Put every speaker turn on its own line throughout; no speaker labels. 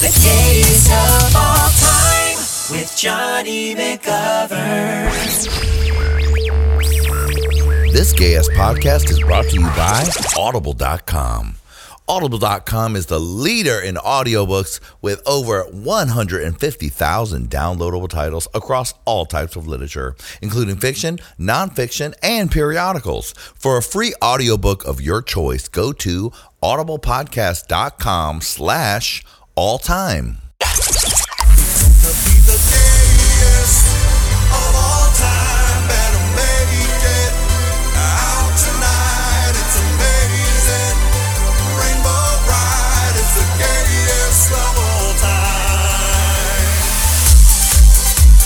The days of all time with Johnny McGovern.
This gay ass podcast is brought to you by Audible.com. Audible.com is the leader in audiobooks with over 150,000 downloadable titles across all types of literature, including fiction, nonfiction, and periodicals. For a free audiobook of your choice, go to audiblepodcast.com slash all time.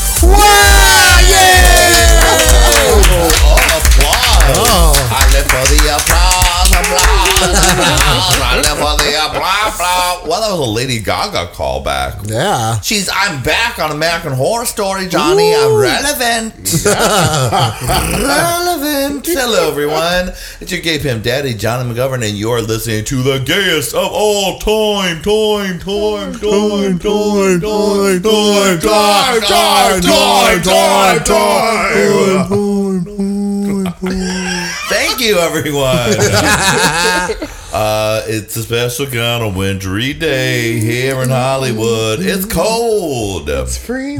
Oh. Well, that was a Lady Gaga callback.
Yeah.
She's I'm back on American Horror Story, Johnny. I'm relevant. relevant. Hello, everyone. It's your gay pimp daddy, Johnny McGovern, and you're listening to the gayest of all time, time, time, time, time, time, time, time, time, time, time, time, time. Thank you, everyone. Uh, it's a special kind of wintry day here in Hollywood. It's cold.
Free.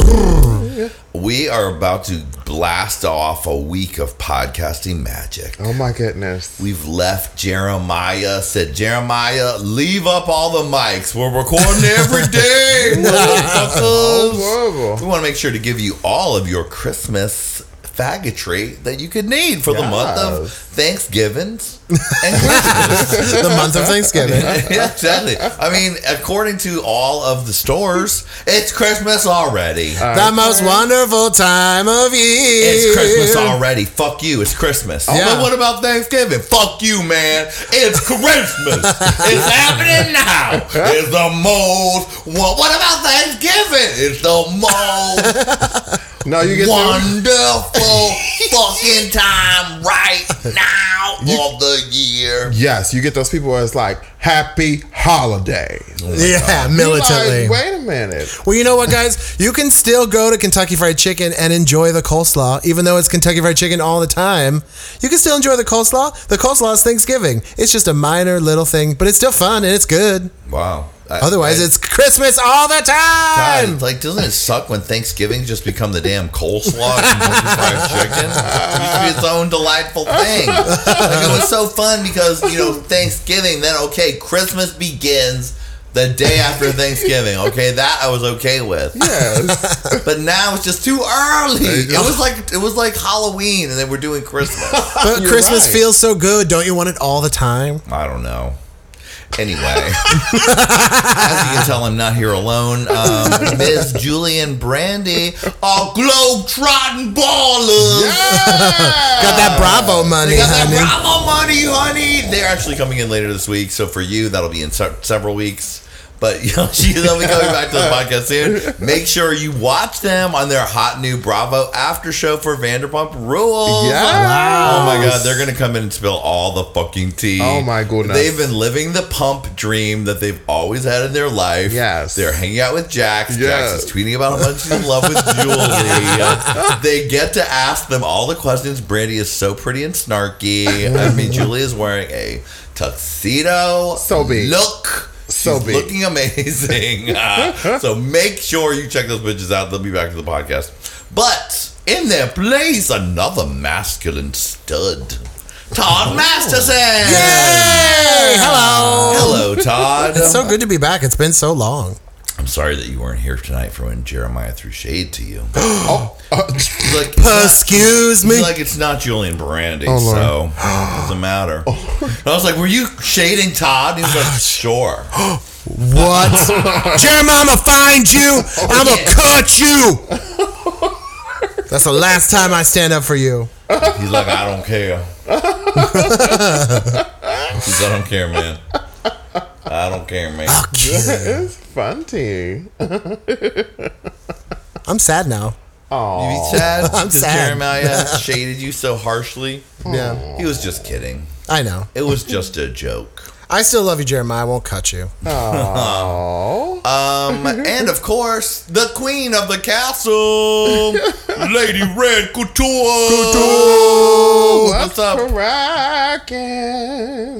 We are about to blast off a week of podcasting magic.
Oh my goodness.
We've left Jeremiah, said Jeremiah, leave up all the mics. We're recording every day. motherfuckers."
Horrible.
we want to make sure to give you all of your Christmas faggotry that you could need for the month of
Yes.
Thanksgivings and Christmas.
the month of Thanksgiving.
yeah, exactly. I mean, according to all of the stores, it's Christmas already.
the most wonderful time of year.
It's Christmas already. Fuck you. It's Christmas. Oh,
Yeah.
but what about Thanksgiving? Fuck you, man. It's Christmas. it's happening now. It's the most. What, what about Thanksgiving? It's the most
No, you get to,
wonderful fucking time right now of the year.
Yes, you get those people where it's like happy holiday.
Yeah,
You're like,
militantly.
Wait a minute.
well, you know what, guys? You can still go to Kentucky Fried Chicken and enjoy the coleslaw, even though it's Kentucky Fried Chicken all the time. You can still enjoy the coleslaw. The coleslaw is Thanksgiving. It's just a minor little thing, but it's still fun and it's good.
Wow. I-
Otherwise,
I-
it's Christmas all the
God,
time.
like, doesn't it suck when Thanksgiving just become the damn coleslaw and Kentucky fried chicken? It used to be its own delightful thing. Like, it was so fun because, you know, Thanksgiving, then, okay, Christmas begins the day after Thanksgiving. Okay, that I was okay with.
Yes.
But now it's just too early. It was like it was like Halloween and then we're doing Christmas.
But
You're
Christmas
right.
feels so good. Don't you want it all the time?
I don't know. Anyway, as you can tell, I'm not here alone. Um, Ms. Julian Brandy, all globe-trotting ballers.
Got that Bravo money,
They got that
honey.
Bravo money, honey. They're actually coming in later this week, so for you, that'll be in se- several weeks. But you know, she's only coming back to the podcast soon. Make sure you watch them on their hot new Bravo after show for Vanderpump Rules.
Yes.
Oh my god, they're gonna come in and spill all the fucking tea.
Oh my goodness.
They've been living the pump dream that they've always had in their life.
Yes.
They're hanging out with Jax. Jax
Yes.
is tweeting about how much she's in love with Julie. they get to ask them all the questions. Brandy is so pretty and snarky. I mean, Julie is wearing a tuxedo.
So big.
Look.
So
She's
big.
looking amazing. Uh, so make sure you check those bitches out. They'll be back to the podcast. But in their place, another masculine stud.
Oh.
Todd Masterson!
Yay! Hello.
Hello, Todd.
It's so good to be back. It's been so long.
I'm sorry that you weren't here tonight for when Jeremiah threw shade to you. He's like,
Excuse me.
he's like it's not Julian Brandy,
Oh, Lord.
so it doesn't matter. And I was like, were you shading Todd? He was
Ah,
like, sure.
What? Jeremiah, I'm gonna find you. I'm gonna cut you. That's the last time I stand up for you.
He's like, I don't care. He's I don't care, man. I don't care, man.
It's fun tea.
I'm sad now.
You be sad because
sad.
Jeremiah shaded you so harshly.
Yeah,
He was just kidding.
I know.
It was just a joke.
I still love you, Jeremiah. I won't cut you.
Oh.
Um, and of course, the queen of the castle, Lady Red Couture. Couture. What's up,
Cracking.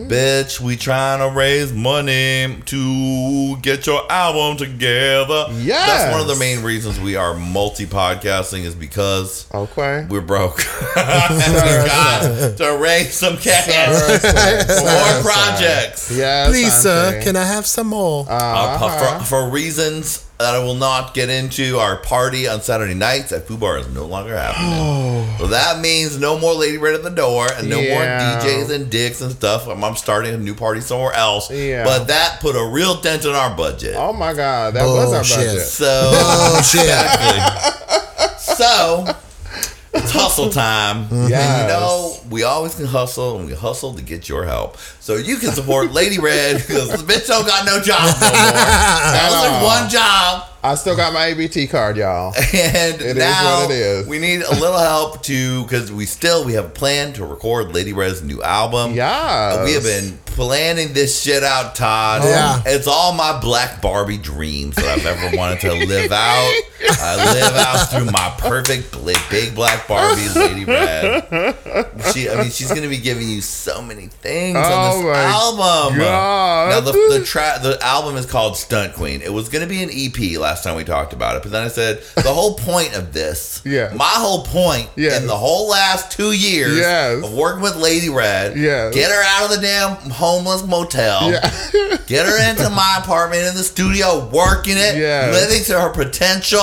bitch? We trying to raise money to get your album together.
Yes.
that's one of the main reasons we are multi-podcasting is because
Okay.
we're broke. God, to raise some cash for more projects.
Yes.
Please, sir,
auntie.
can I have some more?
Uh,
Uh-huh.
for, for reasons that I will not get into, our party on Saturday nights at Foo Bar is no longer happening. so that means no more Lady Red at the door and no
Yeah.
more DJs and dicks and stuff. I'm, I'm starting a new party somewhere else.
Yeah.
But that put a real dent in our budget.
Oh my God, that was our
Bullshit.
budget.
So,
oh shit!
Exactly. so it's hustle time. And you
Yes.
know, we always can hustle and we hustle to get your help. So you can support Lady Red because the bitch don't got no job no more. That was her
all.
one job.
I still got my ABT card, y'all.
And
It is
now
what it is.
we need a little help to because we still we have a plan to record Lady Red's new album.
Yes.
We have been planning this shit out, Todd.
Yeah.
It's all my black Barbie dreams that I've ever wanted to live out. I live out through my perfect bl- big black Barbie, Lady Red. She, I mean, she's gonna be giving you so many things on
Oh
this
my
album.
God.
Now the the track, the album is called Stunt Queen. It was gonna be an EP last time we talked about it, but then I said the whole point of this,
Yes.
my whole point
Yes.
in the whole last two years
Yes.
of working with Lady Red,
Yes.
get her out of the damn homeless motel.
Yeah.
Get her into my apartment in the studio, working it,
Yes.
living to her potential.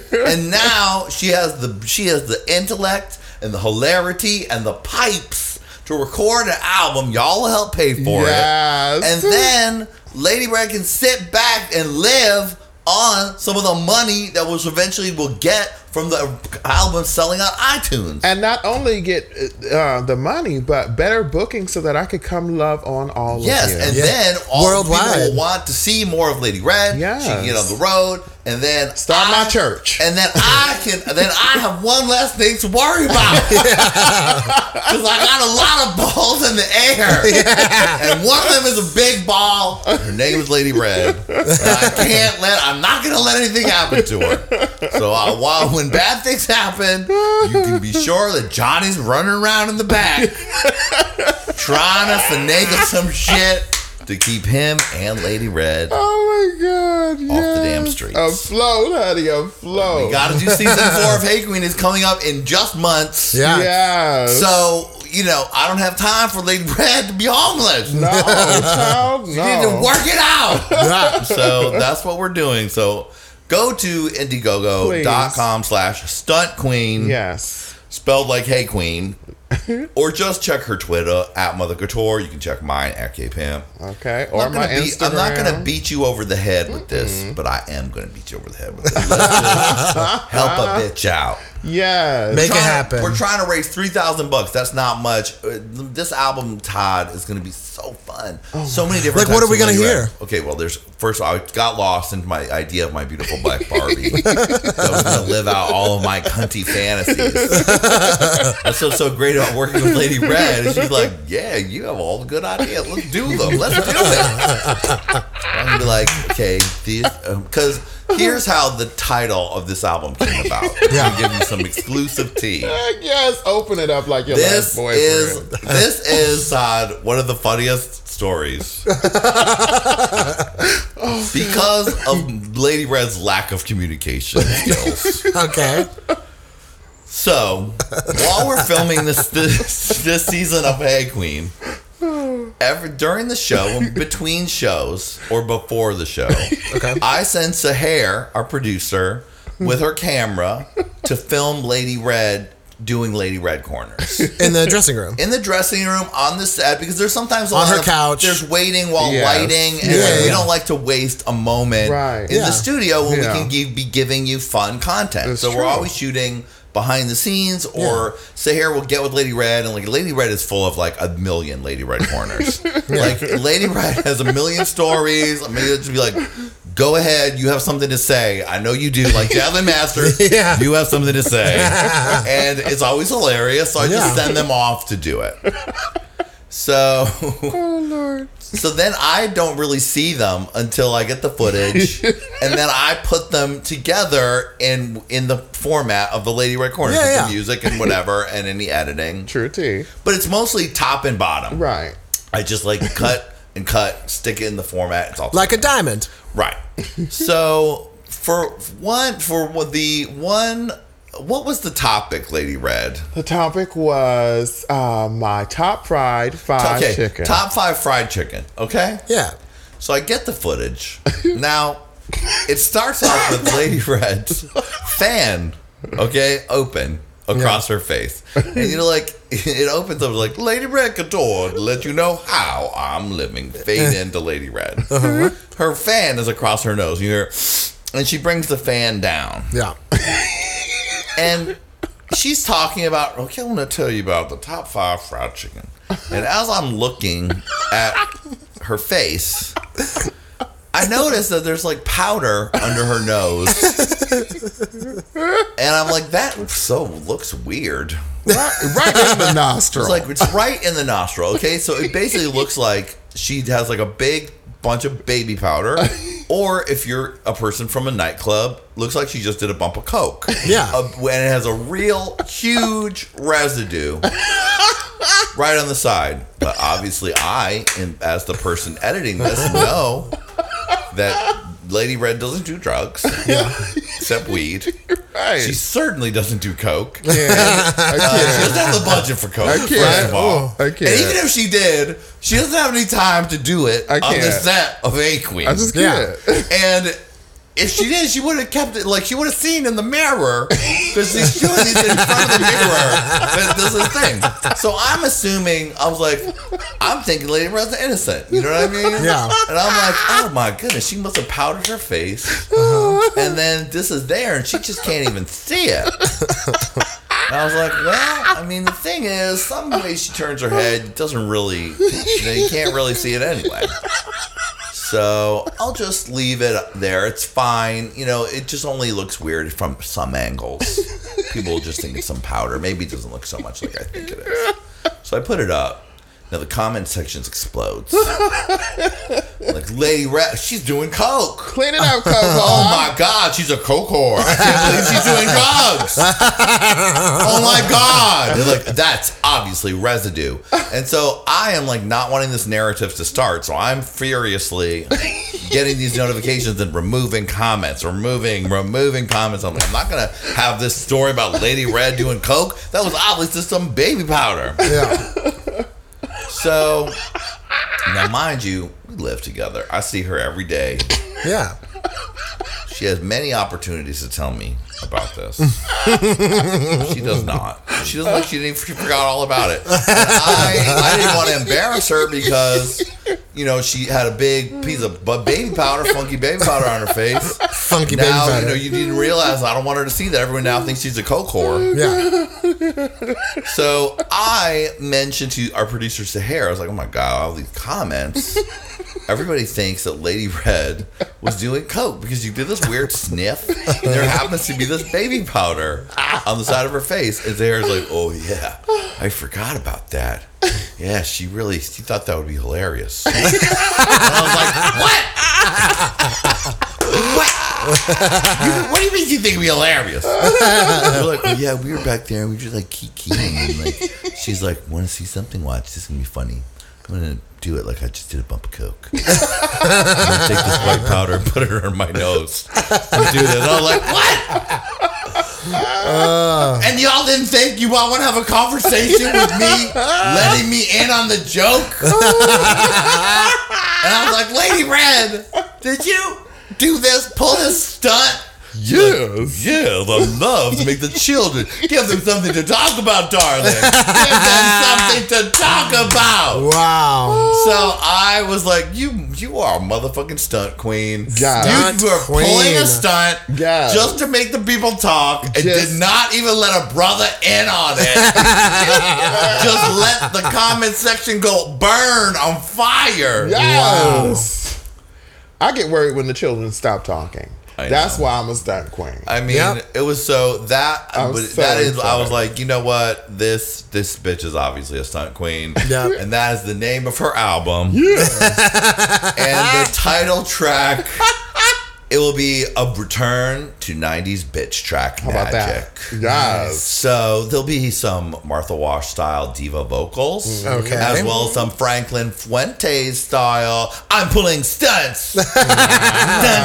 and now she has the she has the intellect and the hilarity and the pipes to record an album. Y'all will help pay for
yes.
it. And then Lady Red can sit back and live on some of the money that was eventually will get from the album selling on iTunes.
and not only get uh, the money, but better booking so that I could come love on all
Yes,
of you.
and
Yeah.
then all
Worldwide.
worldwide people will want to see more of Lady Red.
Yes.
she can get on the road, and then
Start
I-
my church.
and then I can, and then I have one less thing to worry about because I got a lot of balls in the air, and one of them is a big ball. Her name is Lady Red. And I can't let. I'm not gonna let anything happen to her. So uh, while when bad things happen, you can be sure that Johnny's running around in the back trying to finagle some shit to keep him and Lady Red.
oh my God. Off
the damn streets.
Afloat, honey, afloat.
We gotta do season four of Hey Queen is coming up in just months.
Yeah.
Yes.
So, you know, I don't have time for Lady Red to be homeless.
no, child,
We need to
no.
work it out.
Yeah.
so that's what we're doing. So go to indiegogo.com slash stunt queen,
Yes.
spelled like Hey Queen, or just check her Twitter at Mother Couture. You can check mine at K Pimp.
Okay. Or
I'm
my
not, gonna beat,
Instagram.
I'm not gonna beat you over the head with this, but I am gonna beat you over the head with this. Let's just help a bitch out.
Yes.
Make it
Trying-
happen.
We're trying to raise three thousand bucks. That's not much. Uh, This album, Todd, is gonna be so fun. so many different.
Oh Like,
types
what are we
of
gonna
Lady Red.
hear?
Okay, well, there's first. I got lost in my idea of my beautiful black Barbie. that was gonna live out all of my cunty fantasies. That's what's so great about working with Lady Red. Is she's like, yeah, you have all the good ideas. Let's do them. Let's do it. I'm gonna be like, okay, because here's how the title of this album came about. I'm gonna give you some exclusive tea.
yes. Open it up like your last
This
boyfriend.
is this is uh, one of the funniest stories because of Lady Red's lack of communication skills.
Okay.
So while we're filming this this, this season of Hey Queen, every, during the show, between shows, or before the show, I send Sahar, our producer, with her camera to film Lady Red doing Lady Red corners
In the dressing room.
in the dressing room on the set because there's sometimes a
On
lot
her
of-
couch.
There's waiting while
Yes.
lighting, and
Yeah,
like, we
yeah.
don't like to waste a moment
Right.
in
Yeah.
the studio when
Yeah.
we can give, be giving you fun content.
That's
so we're
true.
always shooting behind the scenes, or Sahar will get with Lady Red, and like Lady Red is full of like a million Lady Red corners. Like Lady Red has a million stories. I mean, it'll just be like. Go ahead, you have something to say. I know you do. Like Jasmine Masters,
Yeah.
you have something to say. and it's always hilarious. So I just
Yeah.
send them off to do it. So,
Oh Lord.
so then I don't really see them until I get the footage, and then I put them together in in the format of the Lady Red Corner,
Yeah,
with
yeah.
the music and whatever, and any editing.
True tea.
But it's mostly top and bottom.
Right.
I just like cut and cut, stick it in the format. It's all
Like a diamond.
Right. so for one, for one- the one, what was the topic, Lady Red?
The topic was uh, my top fried fried
okay,
chicken.
top five fried chicken. Okay.
Yeah.
So I get the footage. now, it starts off with Lady Red's fan, okay, open across her face. And you're like, it opens up like, Lady Red Couture, to let you know how I'm living. Fade
Uh-huh.
into Lady Red. Her fan is across her nose. You hear, and she brings the fan down.
Yeah.
And she's talking about, okay, I want to tell you about the top five fried chicken. And as I'm looking at her face, I notice that there's like powder under her nose. And I'm like, that so looks weird.
right, right in the nostril.
It's like it's right in the nostril, okay? So it basically looks like she has like a big bunch of baby powder. Or if you're a person from a nightclub, looks like she just did a bump of coke.
Yeah.
A- and it has a real huge residue right on the side. But obviously, I, am, as the person editing this, know that Lady Red doesn't do drugs, except weed.
right.
She certainly doesn't do coke.
yeah.
Uh,
I
she doesn't have the budget for coke.
can't. Oh,
First of all,
I can't.
And even if she did, she doesn't have any time to do it
I
on the
can't.
set of A Queen.
I just
Yeah.
can't.
and if she did, she would have kept it like she would have seen in the mirror because she's doing these in front of the mirror. That this is thing. So I'm assuming I was like, I'm thinking Lady Red's innocent. You know what I mean?
Yeah.
And I'm like, oh my goodness, she must have powdered her face, and then this is there, and she just can't even see it. And I was like, well, I mean, the thing is, some way she turns her head it doesn't really, you know, you can't really see it anyway. So I'll just leave it there. It's fine. You know, it just only looks weird from some angles. People will just think it's some powder. Maybe it doesn't look so much like I think it is. So I put it up. Now the comment sections explodes. like Lady Rat, she's doing coke.
Clean it up, Coco.
Oh my God, she's a coke whore. I can't believe she's doing drugs. Oh my God. They're like, that's obviously residue. And so I am like not wanting this narrative to start. So I'm furiously getting these notifications and removing comments, removing, removing comments. I'm like, I'm not going to have this story about Lady Red doing coke. That was obviously some baby powder.
Yeah.
So now, mind you, we live together. I see her every day.
Yeah.
She has many opportunities to tell me about this. she does not. She doesn't like she didn't she forgot all about it. And I, I didn't want to embarrass her because you know she had a big piece of bu- baby powder, funky baby powder on her face.
Funky baby
now
powder.
you know you didn't realize. I don't want her to see that. Everyone now thinks she's a coke whore.
yeah.
So I mentioned to our producer Sahar, I was like, oh my God, all these comments. Everybody thinks that Lady Red was doing coke because you did this weird sniff, and there happens to be this baby powder on the side of her face. And Sahar's like, oh yeah, I forgot about that. Yeah, she really she thought that would be hilarious. And I was like, what? What? You, what do you mean you think it'd be hilarious? They're like, well, yeah, we were back there and we were just like kikiing. And like, she's like, want to see something? Watch, this is gonna be funny. I'm gonna do it like I just did a bump of coke. I'm gonna take this white powder and put it on my nose and do this. And I'm like, what? and y'all didn't think you all want to have a conversation with me, letting me in on the joke? And I was like, Lady Red, did you do this? Pull this stunt?
Yes.
Yeah, the love to make the children give them something to talk about, darling. Give them something to talk about.
Wow.
So I was like, "You, you are a motherfucking stunt queen.
Yeah.
You,
Stunt
you are
queen.
pulling a stunt
Yeah.
just to make the people talk, and
Just-
did not even let a brother in on it. just let the comment section go burn on fire.
oh, Yes. I get worried when the children stop talking.
I
That's
know.
why I'm a stunt queen.
I mean,
Yep.
it was so that
I
I
was so
that is. I was
excited.
like, you know what? This this bitch is obviously a stunt queen.
Yep.
and that is the name of her album. Yeah. and the title track. It will be a return to '90s bitch track
How about
magic.
that? Yes.
So there'll be some Martha Wash style diva vocals,
Okay.
as well as some Franklin Fuentes style. I'm pulling stunts. Dun, dun.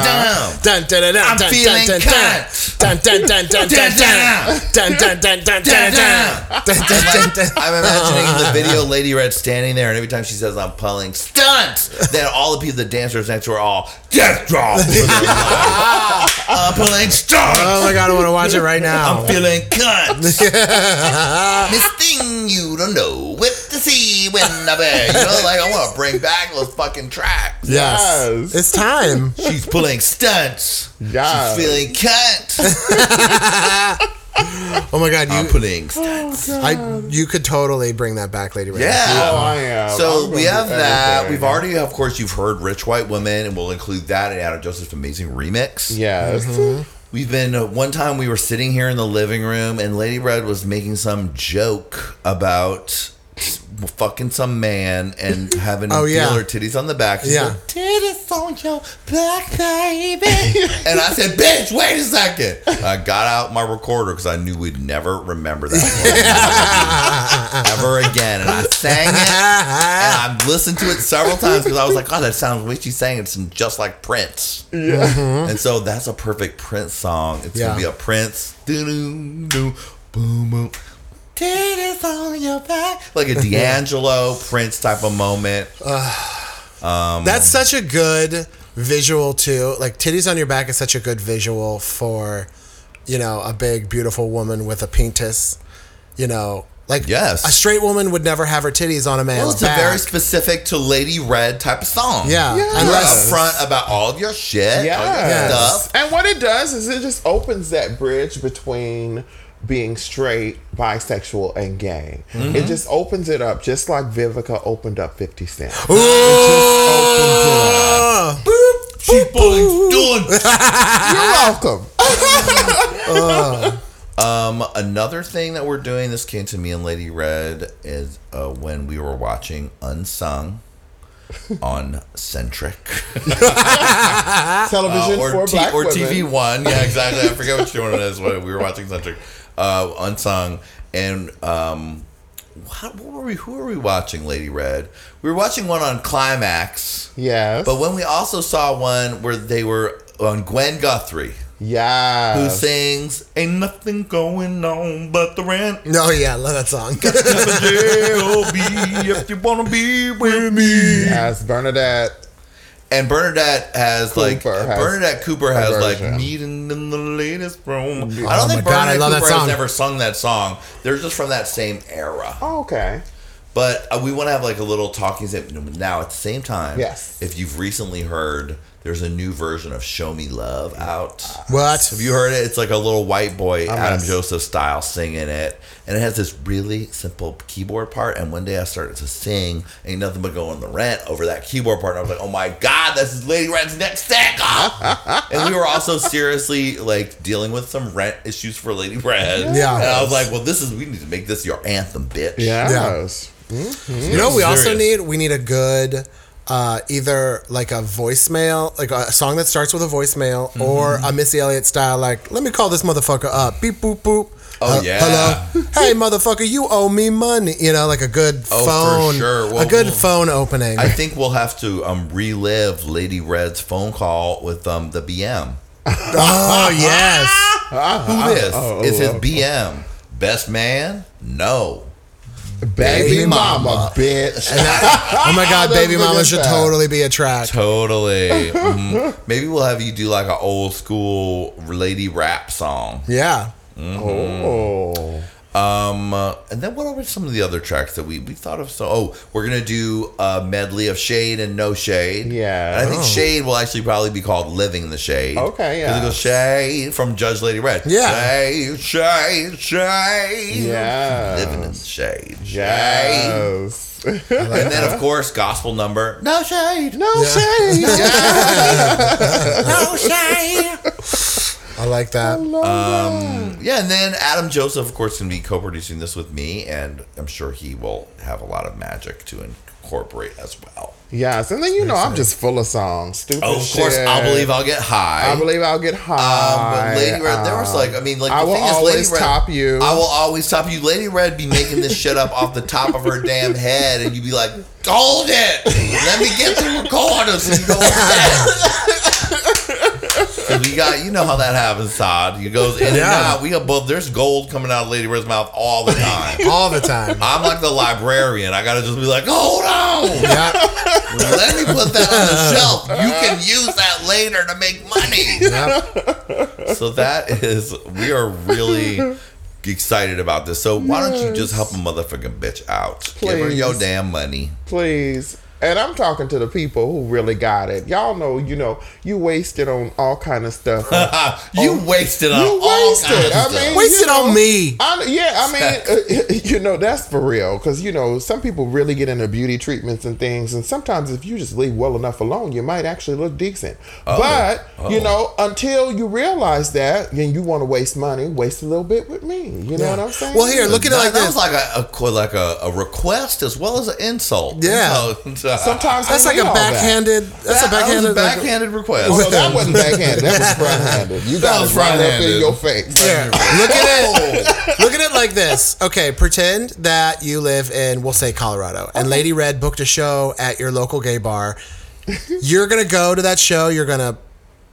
Dun, dun, dun, dun,
I'm
dun,
feeling
dun, dun,
cunt.
dun. Dun, dun, dun, dun,
Dun,
dun. Dun, dun, dun, dun, dun, dun. Dun, dun, dun, dun.
I'm imagining in the video Lady Red standing there, and every time she says, I'm pulling stunts, then all the people, the dancers next to her, all death drop. I'm pulling stunts.
Oh my god, I want to watch it right now.
I'm feeling cunt. this thing you don't know what to see when I bear. You know, like I want to bring back those fucking tracks.
Yes.
Yes.
It's time.
She's pulling stunts.
Yes.
She's feeling cunt.
Oh my god,
I'm
you
pulling stunts.
I you could totally bring that back, Lady Ray.
Yeah.
Oh, I am. I'm
So
gonna
we
do
have that.
everything.
We've already, of course, you've heard "Rich White Woman," and we'll include that in Adam Joseph's amazing remix.
Yes.
We've been uh, one time we were sitting here in the living room, and Lady Red was making some joke about fucking some man and having him
Oh, yeah.
feel her titties on the back. She
Yeah.
said, titties on your back, baby. and I said, "Bitch, wait a second. I got out my recorder because I knew we'd never remember that one ever again, and I sang it. And I've listened to it several times because I was like, oh, that sounds way she sang it sounds just like Prince. Yeah. And so that's a perfect Prince song. It's
Mm-hmm. Yeah.
gonna be a Prince. Doo-doo, doo, boom, boom. Titties on your back. Like a D'Angelo Prince type of moment.
Oh, That's such a good visual too. Like titties on your back is such a good visual for, you know, a big beautiful woman with a pintus. You know, like
Yes.
a straight woman would never have her titties on a man's
well, it's
back.
a very specific to Lady Red type of song.
Yeah.
You're
Yes.
upfront about all of your shit, all your
Yes.
Oh, stuff.
And what it does is it just opens that bridge between being straight, bisexual, and gay.
Mm-hmm.
It just opens it up, just like Vivica opened up 50 Cent.
Oh!
She's pulling stunts.
You're
Ah.
welcome.
Um, another thing that we're doing, this came to me and Lady Red, is uh, when we were watching Unsung on Centric Uh,
Television
or,
for
T-
black
or
women.
TV One. Yeah, exactly. I forget which one it is. But we were watching Centric, uh, Unsung, and um, what, what were we? Who were we watching, Lady Red? We were watching one on Climax,
Yes.
but when we also saw one where they were on Gwen Guthrie.
yes.
Who sings? Ain't nothing going on but the rent
No, Oh, yeah, love that song.
J-O-B, if you wanna be with me.
Yes, Bernadette.
And Bernadette has like
Cooper has
Bernadette Cooper has like
version.
meeting in the latest room. I
Oh
don't
my
think
God, I
Bernadette
love that
Cooper
song.
has ever sung that song. They're just from that same era.
Oh, okay.
But uh, we want to have like a little talking zip now at the same time.
Yes.
If you've recently heard, there's a new version of "Show Me Love" out.
Uh, what?
Have you heard it? It's like a little white boy Adam
yes.
Joseph style singing it, and it has this really simple keyboard part. And one day I started to sing, ain't nothing but going the rent over that keyboard part. And I was like, oh my god, this is Lady Rent's next stack up. and we were also seriously like dealing with some rent issues for Lady Rent.
Yeah.
and I was like, well, this is we need to make this your anthem, bitch.
Yes.
You know, what we also
Serious.
need we need a good uh, either like a voicemail, like a song that starts with a voicemail,
Mm-hmm.
or a Missy Elliott style, like "Let me call this motherfucker up, beep boop boop."
Oh,
Uh,
yeah.
Hello. Hey motherfucker, you owe me money. You know, like a good
Oh, for
phone,
sure. Well,
a good
well,
phone opening.
I think we'll have to um, relive Lady Red's phone call with um, the BM.
oh yes.
Who this?
oh,
it's his
oh, oh.
BM. Best man? No.
oh. Baby,
Baby
mama,
mama.
bitch.
oh my god,
That's
baby
the
mama
good
should
time.
totally be a track.
Totally. Mhm. Maybe we'll have you do like an old school lady rap song.
yeah.
oh.
Um, uh, and then what are some of the other tracks that we, we thought of? So, oh, we're gonna do a medley of Shade and No Shade.
Yeah.
and I think
Oh.
Shade will actually probably be called Living in the Shade.
Okay, yeah.
Because it goes Shade from Judge Lady Red.
Yeah.
Shade, Shade, Shade.
Yes.
Living in the Shade. Shade.
Yes.
And then, of course, gospel number. No shade.
no shade.
No shade.
I like that.
Yeah, and then Adam Joseph, of course, going to be co-producing this with me, and I'm sure he will have a lot of magic to incorporate as well.
Yes, and then you know I'm just full of songs. Stupid.
Oh, of course,
shit.
I believe I'll get high.
I believe I'll get high.
Um, Lady Red, there was
Um,
like, I mean, like,
I
the
will
thing is,
always
Lady Red,
top you.
I will always top you. Lady Red be making this shit up off the top of her damn head, and you'd be like, hold it! Let me get the recorders and go, Because we got, you know how that happens, Todd. It goes in and
Yeah.
out. We above, there's gold coming out of Lady Red's mouth all the time.
All the time.
I'm like the librarian. I gotta just be like, hold on,
yeah.
let me put that on the shelf. You can use that later to make money.
Yep.
So that is, we are really excited about this. So why don't you just help a motherfucking bitch out? Give her
Please.
your damn money.
please. And I'm talking to the people who really got it. Y'all know, you know, you wasted on all kind of stuff.
Oh. you wasted on
You
all
wasted.
kinds of
I
stuff.
mean-
Waste it
know,
on me.
I, yeah, I mean, uh, you know, that's for real. Because, you know, some people really get into beauty treatments and things. And sometimes if you just leave well enough alone, you might actually look decent. But,
Oh.
you know, until you realize that, then you want to waste money, waste a little bit with me. You know what I'm saying?
Well, here, look at it
that,
like
that
this.
was like a, a qu- like a, a request as well as an insult.
Yeah.
So-
Sometimes
That's
they
like
need
a
all that.
backhanded. That's
That was
a backhanded. like-
backhanded request.
Oh, no, that wasn't backhanded. That was fronthanded. You
That
got
was
it right up
fronthanded.
in your face.
Yeah. Look at
Oh.
it. Look at it like this. Okay, pretend that you live in, we'll say Colorado, and Lady Red booked a show at your local gay bar. You're gonna go to that show. You're gonna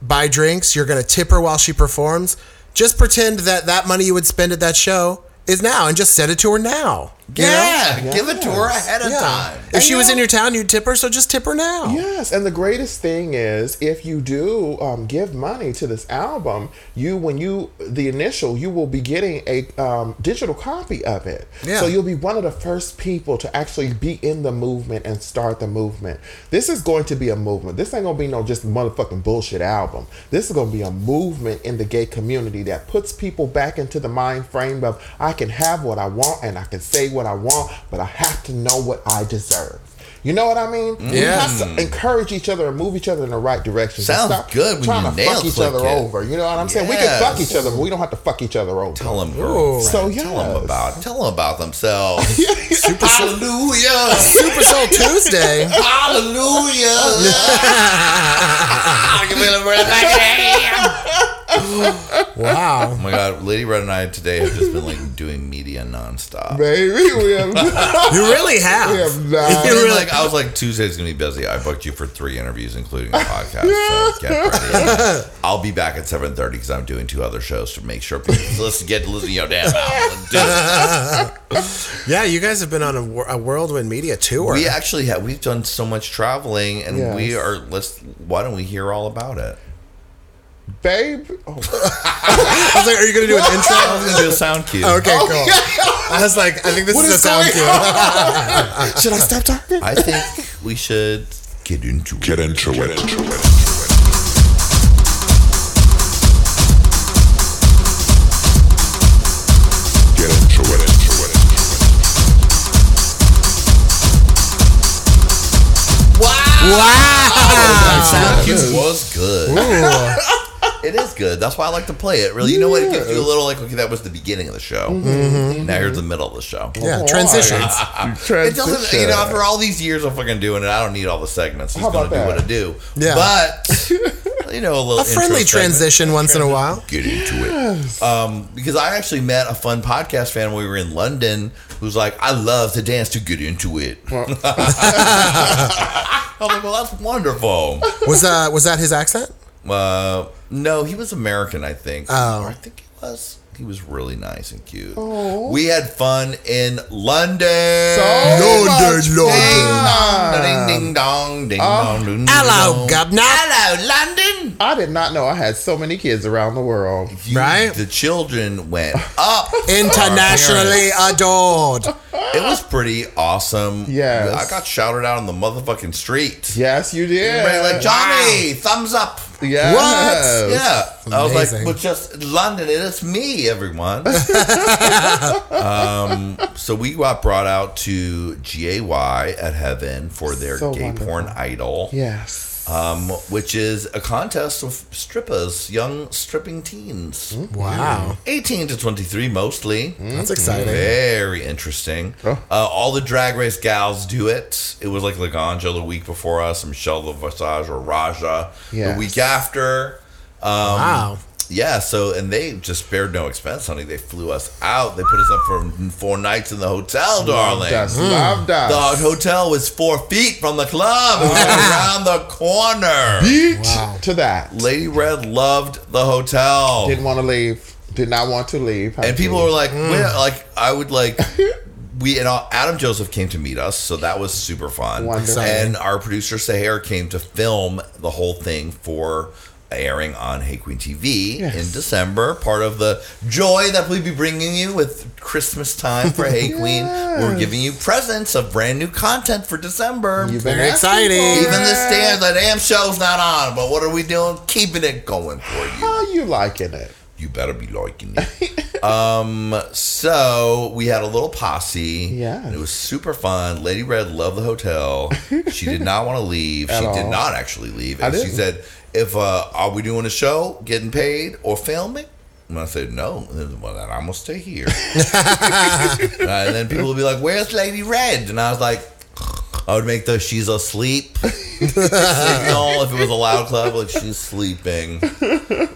buy drinks. You're gonna tip her while she performs. Just pretend that that money you would spend at that show is now, and just send it to her now. you know?
Yeah, give it to her ahead of
Yeah.
time.
If she was in your town, you'd tip her. So just tip her now.
Yes, and the greatest thing is if you do um, give money to this album, you when you the initial you will be getting a um, digital copy of it.
Yeah.
So you'll be one of the first people to actually be in the movement and start the movement. This is going to be a movement. This ain't gonna be no just motherfucking bullshit album. This is gonna be a movement in the gay community that puts people back into the mind frame of I can have what I want and I can say what I want, but I have to know what I deserve. You know what I mean? We
Yeah.
have to encourage each other and move each other in the right direction. Just
Sounds good when
trying
you
to
nail
fuck each
click
other
it.
over. You know what I'm saying? We can fuck
Yes.
each other, but we don't have to fuck each other over.
Tell them, girl.
Ooh.
So
So,
tell them
yes.
about tell them about themselves. Hallelujah,
Super Soul Tuesday.
Hallelujah. I can feel it right back in.
Wow.
oh my God, Lady Red and I today have just been like doing media nonstop.
Baby, we have, we
You really have.
have not.
I
You
mean,
really-
like I was like Tuesday's gonna be busy. I booked you for three interviews, including a podcast. so get ready. I'll be back at seven thirty because I'm doing two other shows to make sure people listen get to listen to your damn album. Do it.
Yeah, you guys have been on a, wor- a whirlwind media tour.
We actually have. We've done so much traveling, and
Yes.
we are. Let's. Why don't we hear all about it?
Babe. Oh,
I was like, are you going to do an intro?
I was gonna do a sound cue.
Okay, cool. I was like, I think this
What
is a
is
sound
going
cue.
should I stop talking?
I think we should get into
Get into it. Get into it.
That sound cue
Yes.
was good.
Ooh.
It is good. That's why I like to play it. Really, you know what? It gives you a little like, okay, that was the beginning of the show. Mm-hmm. Now here's the middle of the show.
Mm-hmm. Yeah,
Why?
transitions.
It doesn't, you know, after all these years of fucking doing it, I don't need all the segments. He's
How
gonna
about
do
that?
what I do.
Yeah.
But you know, a little
A friendly
intro segment.
transition once in a while.
get into it. Um, because I actually met a fun podcast fan when we were in London who's like, I love to dance to get into it. I was like, well, that's wonderful.
Was uh was that his accent?
Uh, no, he was American, I think.
Oh.
Or I think he was. He was really nice and cute. We had fun in London.
So much
Ding
fun.
dong, ding, ding dong, ding dong, ding
Oh. Hello,
dong.
governor.
Hello, London.
I did not know I had so many kids around the world.
You-
Right?
The children went up.
Internationally adored.
It was pretty awesome.
Yes.
I got shouted out on the motherfucking street.
Yes, you did.
Everybody like, Johnny, thumbs up.
Yes.
Yeah. I was like,
amazing.
but just London, and it's me, everyone. um, so we got brought out to GAY at Heaven for their
So
gay
wonderful.
porn idol.
Yes.
um, which is a contest of strippers, young stripping teens,
Hmm.
Wow.
18 to 23 mostly.
That's exciting.
Very interesting.
Oh.
Uh, all the drag race gals do it. It was like Laganja the week before us, Michelle Visage or Raja
Yes.
the week after. Um,
Wow.
Yeah, so and they just spared no expense, honey. They flew us out. They put us up for four nights in the hotel, darling.
Just loved
The
us.
hotel was four feet from the club, It was around the corner.
Beat
Wow.
to that.
Lady Red loved the hotel,
Didn't want to leave. Did not want to leave.
and people were like, "Where?" Like I would like. We and uh, Adam Joseph came to meet us, so that was super fun.
Wonderful.
And our producer Sahar came to film the whole thing for airing on Hey Queen TV in December. Part of the joy that we'll be bringing you with Christmas time for Hey Queen. We're giving you presents of brand new content for December.
You've been
Very
asking
exciting.
for
Even
it.
this damn the damn show's not on, but what are we doing? Keeping it going for you.
How you liking it?
You better be liking it. um, so we had a little posse.
Yes.
and it was super fun. Lady Red loved the hotel. She did not want to leave. she
At
did
all.
not actually leave.
I
And she
didn't.
said, "If uh, are we doing a show, getting paid, or filming?" And I said, "No." And then, well, then I'm gonna stay here. Uh, and then people would be like, "Where's Lady Red?" And I was like, "I would make the she's asleep signal if it was a loud club, like she's sleeping,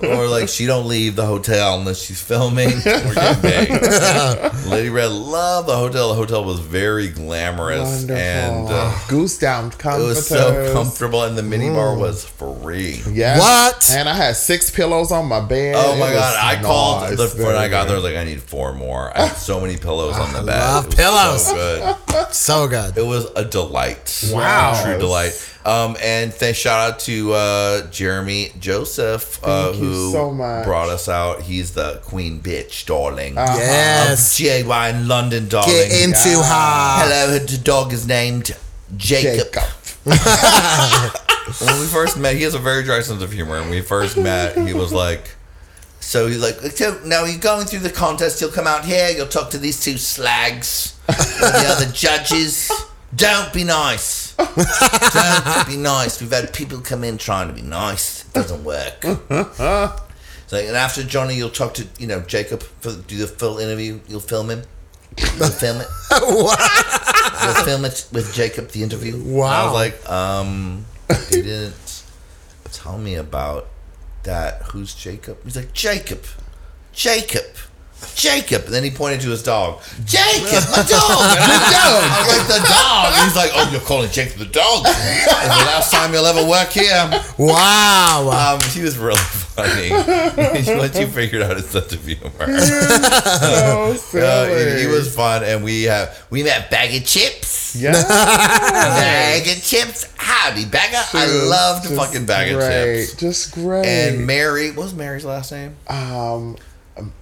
or like she don't leave the hotel unless she's filming or getting paid." Lady Red loved the hotel. The hotel was very glamorous
Wonderful.
and uh,
Goose down
it
comforters.
was so comfortable, and the mini bar
Mm.
was free.
Yes.
What?
And I had six pillows on my bed.
Oh
It
my
was
god! I called
nice.
the, when I got there. I was like, I need four more. I had so many pillows on the bed.
love
It was so
pillows.
good.
So good.
It was a delight.
Wow.
A true delight. Um, and thanks, shout out to uh, Jeremy Joseph, uh,
Thank you
who
so much.
brought us out. He's the queen bitch, darling.
Uh,
Yes.
GAY in London, darling.
Get into her.
Hello, the dog is named Jacob.
Jacob.
When we first met, he has a very dry sense of humor. When we first met, he was like, so he's like, so now you're going through the contest. You'll come out here. You'll talk to these two slags, and the other judges. Don't be nice. Don't be nice. We've had people come in trying to be nice. It doesn't work. So, and after Johnny, you'll talk to you know Jacob. For, do the full interview. You'll film him. You'll film it. We'll film it with Jacob the interview. I
Wow.
was like, um, they didn't tell me about that. Who's Jacob? He's like, Jacob, Jacob, Jacob. And then he pointed to his dog. Jacob, my dog, my dog. I was like, the dog. And he's like, oh, you're calling Jacob the dog. It's the last time you'll ever work here.
Wow.
Um, she was really funny. Once you figured out his sense of humor.
So
Uh,
silly.
he, he was fun, and we uh, we met Bag of Chips.
Yes.
Bag of Chips, howdy Bagger. I loved
Just
fucking Bag
great.
of Chips.
Just great.
And Mary, what was Mary's last name?
um,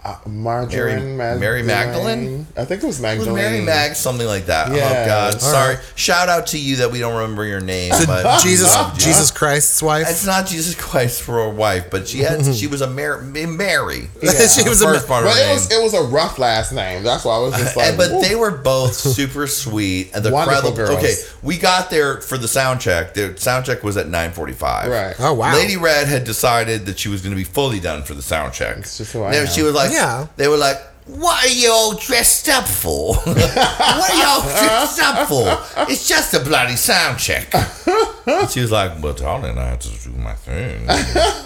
uh, margarine.
Mary- Mary Magdalene?
I think
It
it was
was
Magdalene.
Mary Mag, something like that.
Yeah.
Oh God,
All
sorry. Shout out to you that we don't remember your name, but
Jesus,
loved you.
Jesus Christ's
It's
wife.
not Jesus Christ for a wife, but she had she was a Mary. Mary.
she was
the
a.
first part of
But
her
it
name.
was it was a rough last name. That's why I was just like.
And- but
ooh.
they were both super sweet. And the
Wonderful
crowd,
girls.
Okay, we got there for the sound check. The sound check was at nine forty-five.
Right.
Oh wow.
Lady Red had decided that she was going to be fully done for the sound check.
It's just who I
Now,
am.
She was like,
Yeah.
They were like, "What are you all dressed up for? what are you all dressed up for? It's just a bloody sound check." And she was like, "Well, darling, I have to do my thing."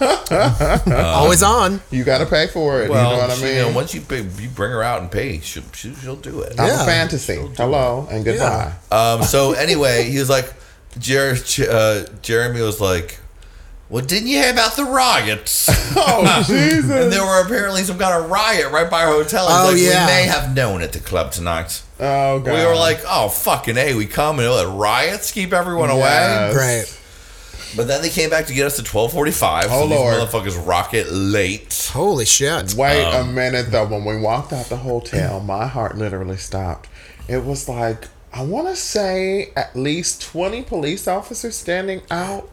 Always Oh, on.
you got to pay for it.
Well,
you know what I
she-
mean?
you know, once you, pay, you bring her out and pay, she'll, she, she'll do it.
I'm
Yeah.
a fantasy. Hello and goodbye.
Um, so anyway, he was like, Jer- uh, Jeremy was like, "Well, didn't you hear about the riots?"
Oh Jesus!
and there were apparently some kind of riot right by our hotel. He's
Oh,
like,
yeah.
we may have known at the club tonight.
Oh god.
We were like, "Oh fucking a, we come and let riots keep everyone
Yes.
away."
Great.
But then they came back to get us at twelve forty-five.
Oh,
so
Lord.
these motherfuckers rocket late.
Holy shit.
Wait
um,
a minute though. When we walked out the hotel, my heart literally stopped. It was like I want to say at least twenty police officers standing out.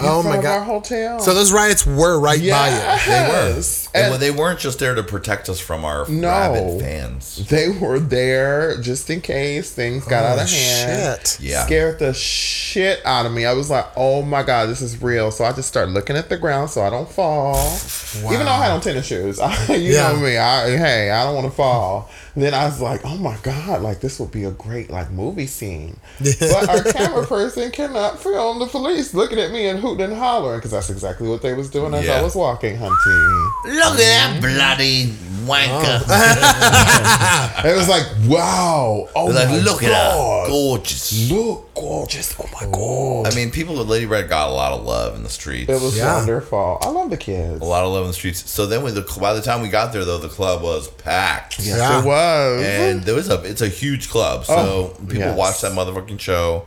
oh
in
my
front of
god.
our hotel.
So those riots were right
yes.
by you.
And,
And
well, they weren't just there to protect us from our
No.
rabid fans.
they were there just in case things got out
Oh,
of hand.
Shit.
Yeah.
Scared the shit out of me. I was like, oh my God, this is real. So I just started looking at the ground so I don't fall. Even though I had on tennis shoes. you
Yeah.
know me. I, hey, I don't want to fall. Then I was like, oh my God, like this would be a great like movie scene. but our camera person cannot film the police looking at me and hooting and hollering because that's exactly what they was doing as
Yeah.
I was walking, hunting.
Look at that bloody wanker.
It was like, wow. Oh
like,
my
look at her.
God.
Gorgeous.
Look gorgeous. Oh my God.
I mean, people with Lady Red got a lot of love in the streets.
It was
Yeah.
wonderful. I love the kids.
a lot of love in the streets. So then, when the, by the time we got there, though, the club was packed.
Yeah.
It was.
and there was a it's a huge club so
Oh,
people
yes.
watch that motherfucking show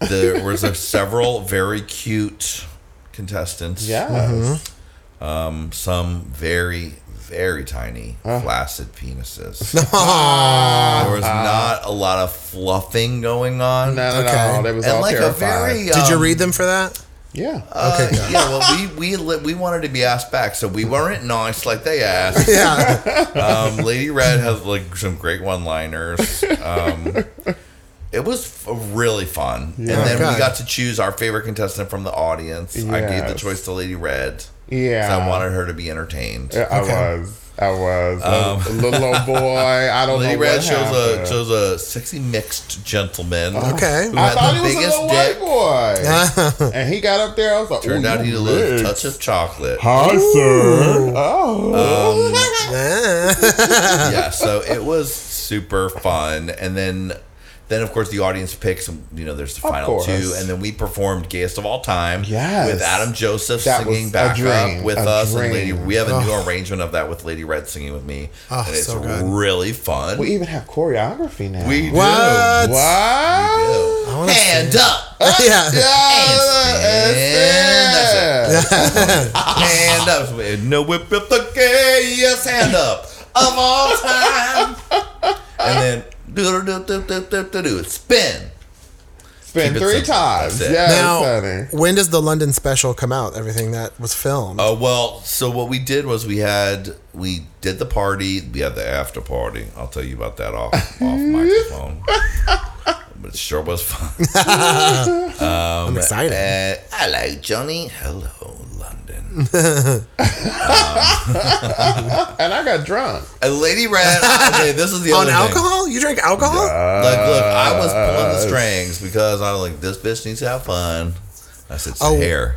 there was a several very cute contestants Mm,
yes.
Mm-hmm. some very very tiny flaccid penises
Ah.
there was not a lot of fluffing going on
No, no,
Okay.
no. They was
and
all
like
terrified.
a very
Did you
um,
read them for that?
yeah.
uh,
Okay,
yeah well we we li- we wanted to be asked back so we weren't nice like they asked
Yeah.
um, Lady Red has like some great one-liners. Um, it was f- really fun, and then
Okay.
we got to choose our favorite contestant from the audience. I gave the
Yes.
choice to Lady Red. 'cause
yeah.
I wanted her to be entertained.
Yeah, I
Okay.
was. I was.
Um,
little, little old boy. I don't
Lady
know. Oh, What
Red shows a
happened.
shows a sexy mixed gentleman.
Okay.
who
I
had
thought
the
he was a
biggest
little
dick.
white boy. and he got up there. I was like,
Turned
ooh,
out
you
he had a little
big.
touch of chocolate.
Hi, sir.
Uh,
Oh.
yeah, so it was super fun, and then then of course the audience picks. You know, there's the final
course.
two, and then we performed "Gayest of All Time"
Yes.
with Adam Joseph
That
singing
was a
back
dream,
up with
a
us, and Lady.
dream. Ah,
We have a new arrangement of that with Lady Red singing with me,
Oh,
and it's
so good.
really fun.
we even have choreography now.
We do.
What?
We
Wow.
do.
wanna
Hand up.
yeah.
And
Yes.
Hand up. No whip up the gayest hand up of all time. And then do do do do do do do spin.
Spin
Keep it
three
simple.
times.
That's it.
Yes,
Now,
honey.
when does the London special come out? Everything that was filmed.
Uh, well, so what we did was we had we did the party. We had the after party. I'll tell you about that off off microphone. But it sure was fun.
I'm excited.
Uh, hello, Johnny. Hello, London.
And I got drunk.
And Lady Red. Okay, this is the
On
other thing.
alcohol? Uh, You drink alcohol?
Like, look, I was pulling the strings because I was like, this bitch needs to have fun. I said,
Oh.
Sarah,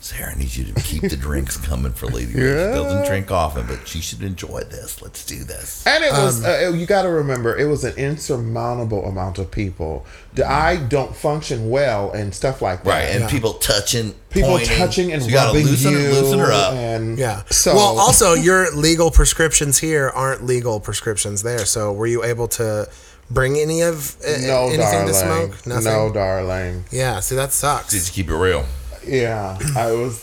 Sarah needs you to keep the drinks coming for Lady Red. She doesn't drink often, but she should enjoy this. Let's do this.
And it was,
um,
uh, it- you got to remember, it was an insurmountable amount of people. D- I don't function well and stuff like that.
Right, and people touching,
people
pointing.
touching and
So
rubbing
loosen,
you.
loosen her up.
And
Yeah.
So,
well, also your legal prescriptions here aren't legal prescriptions there. So were you able to bring any of uh,
no,
anything
darling.
to smoke? Nothing.
No, darling.
Yeah. See, that
Just
sucks.
to keep it real.
Yeah, I was.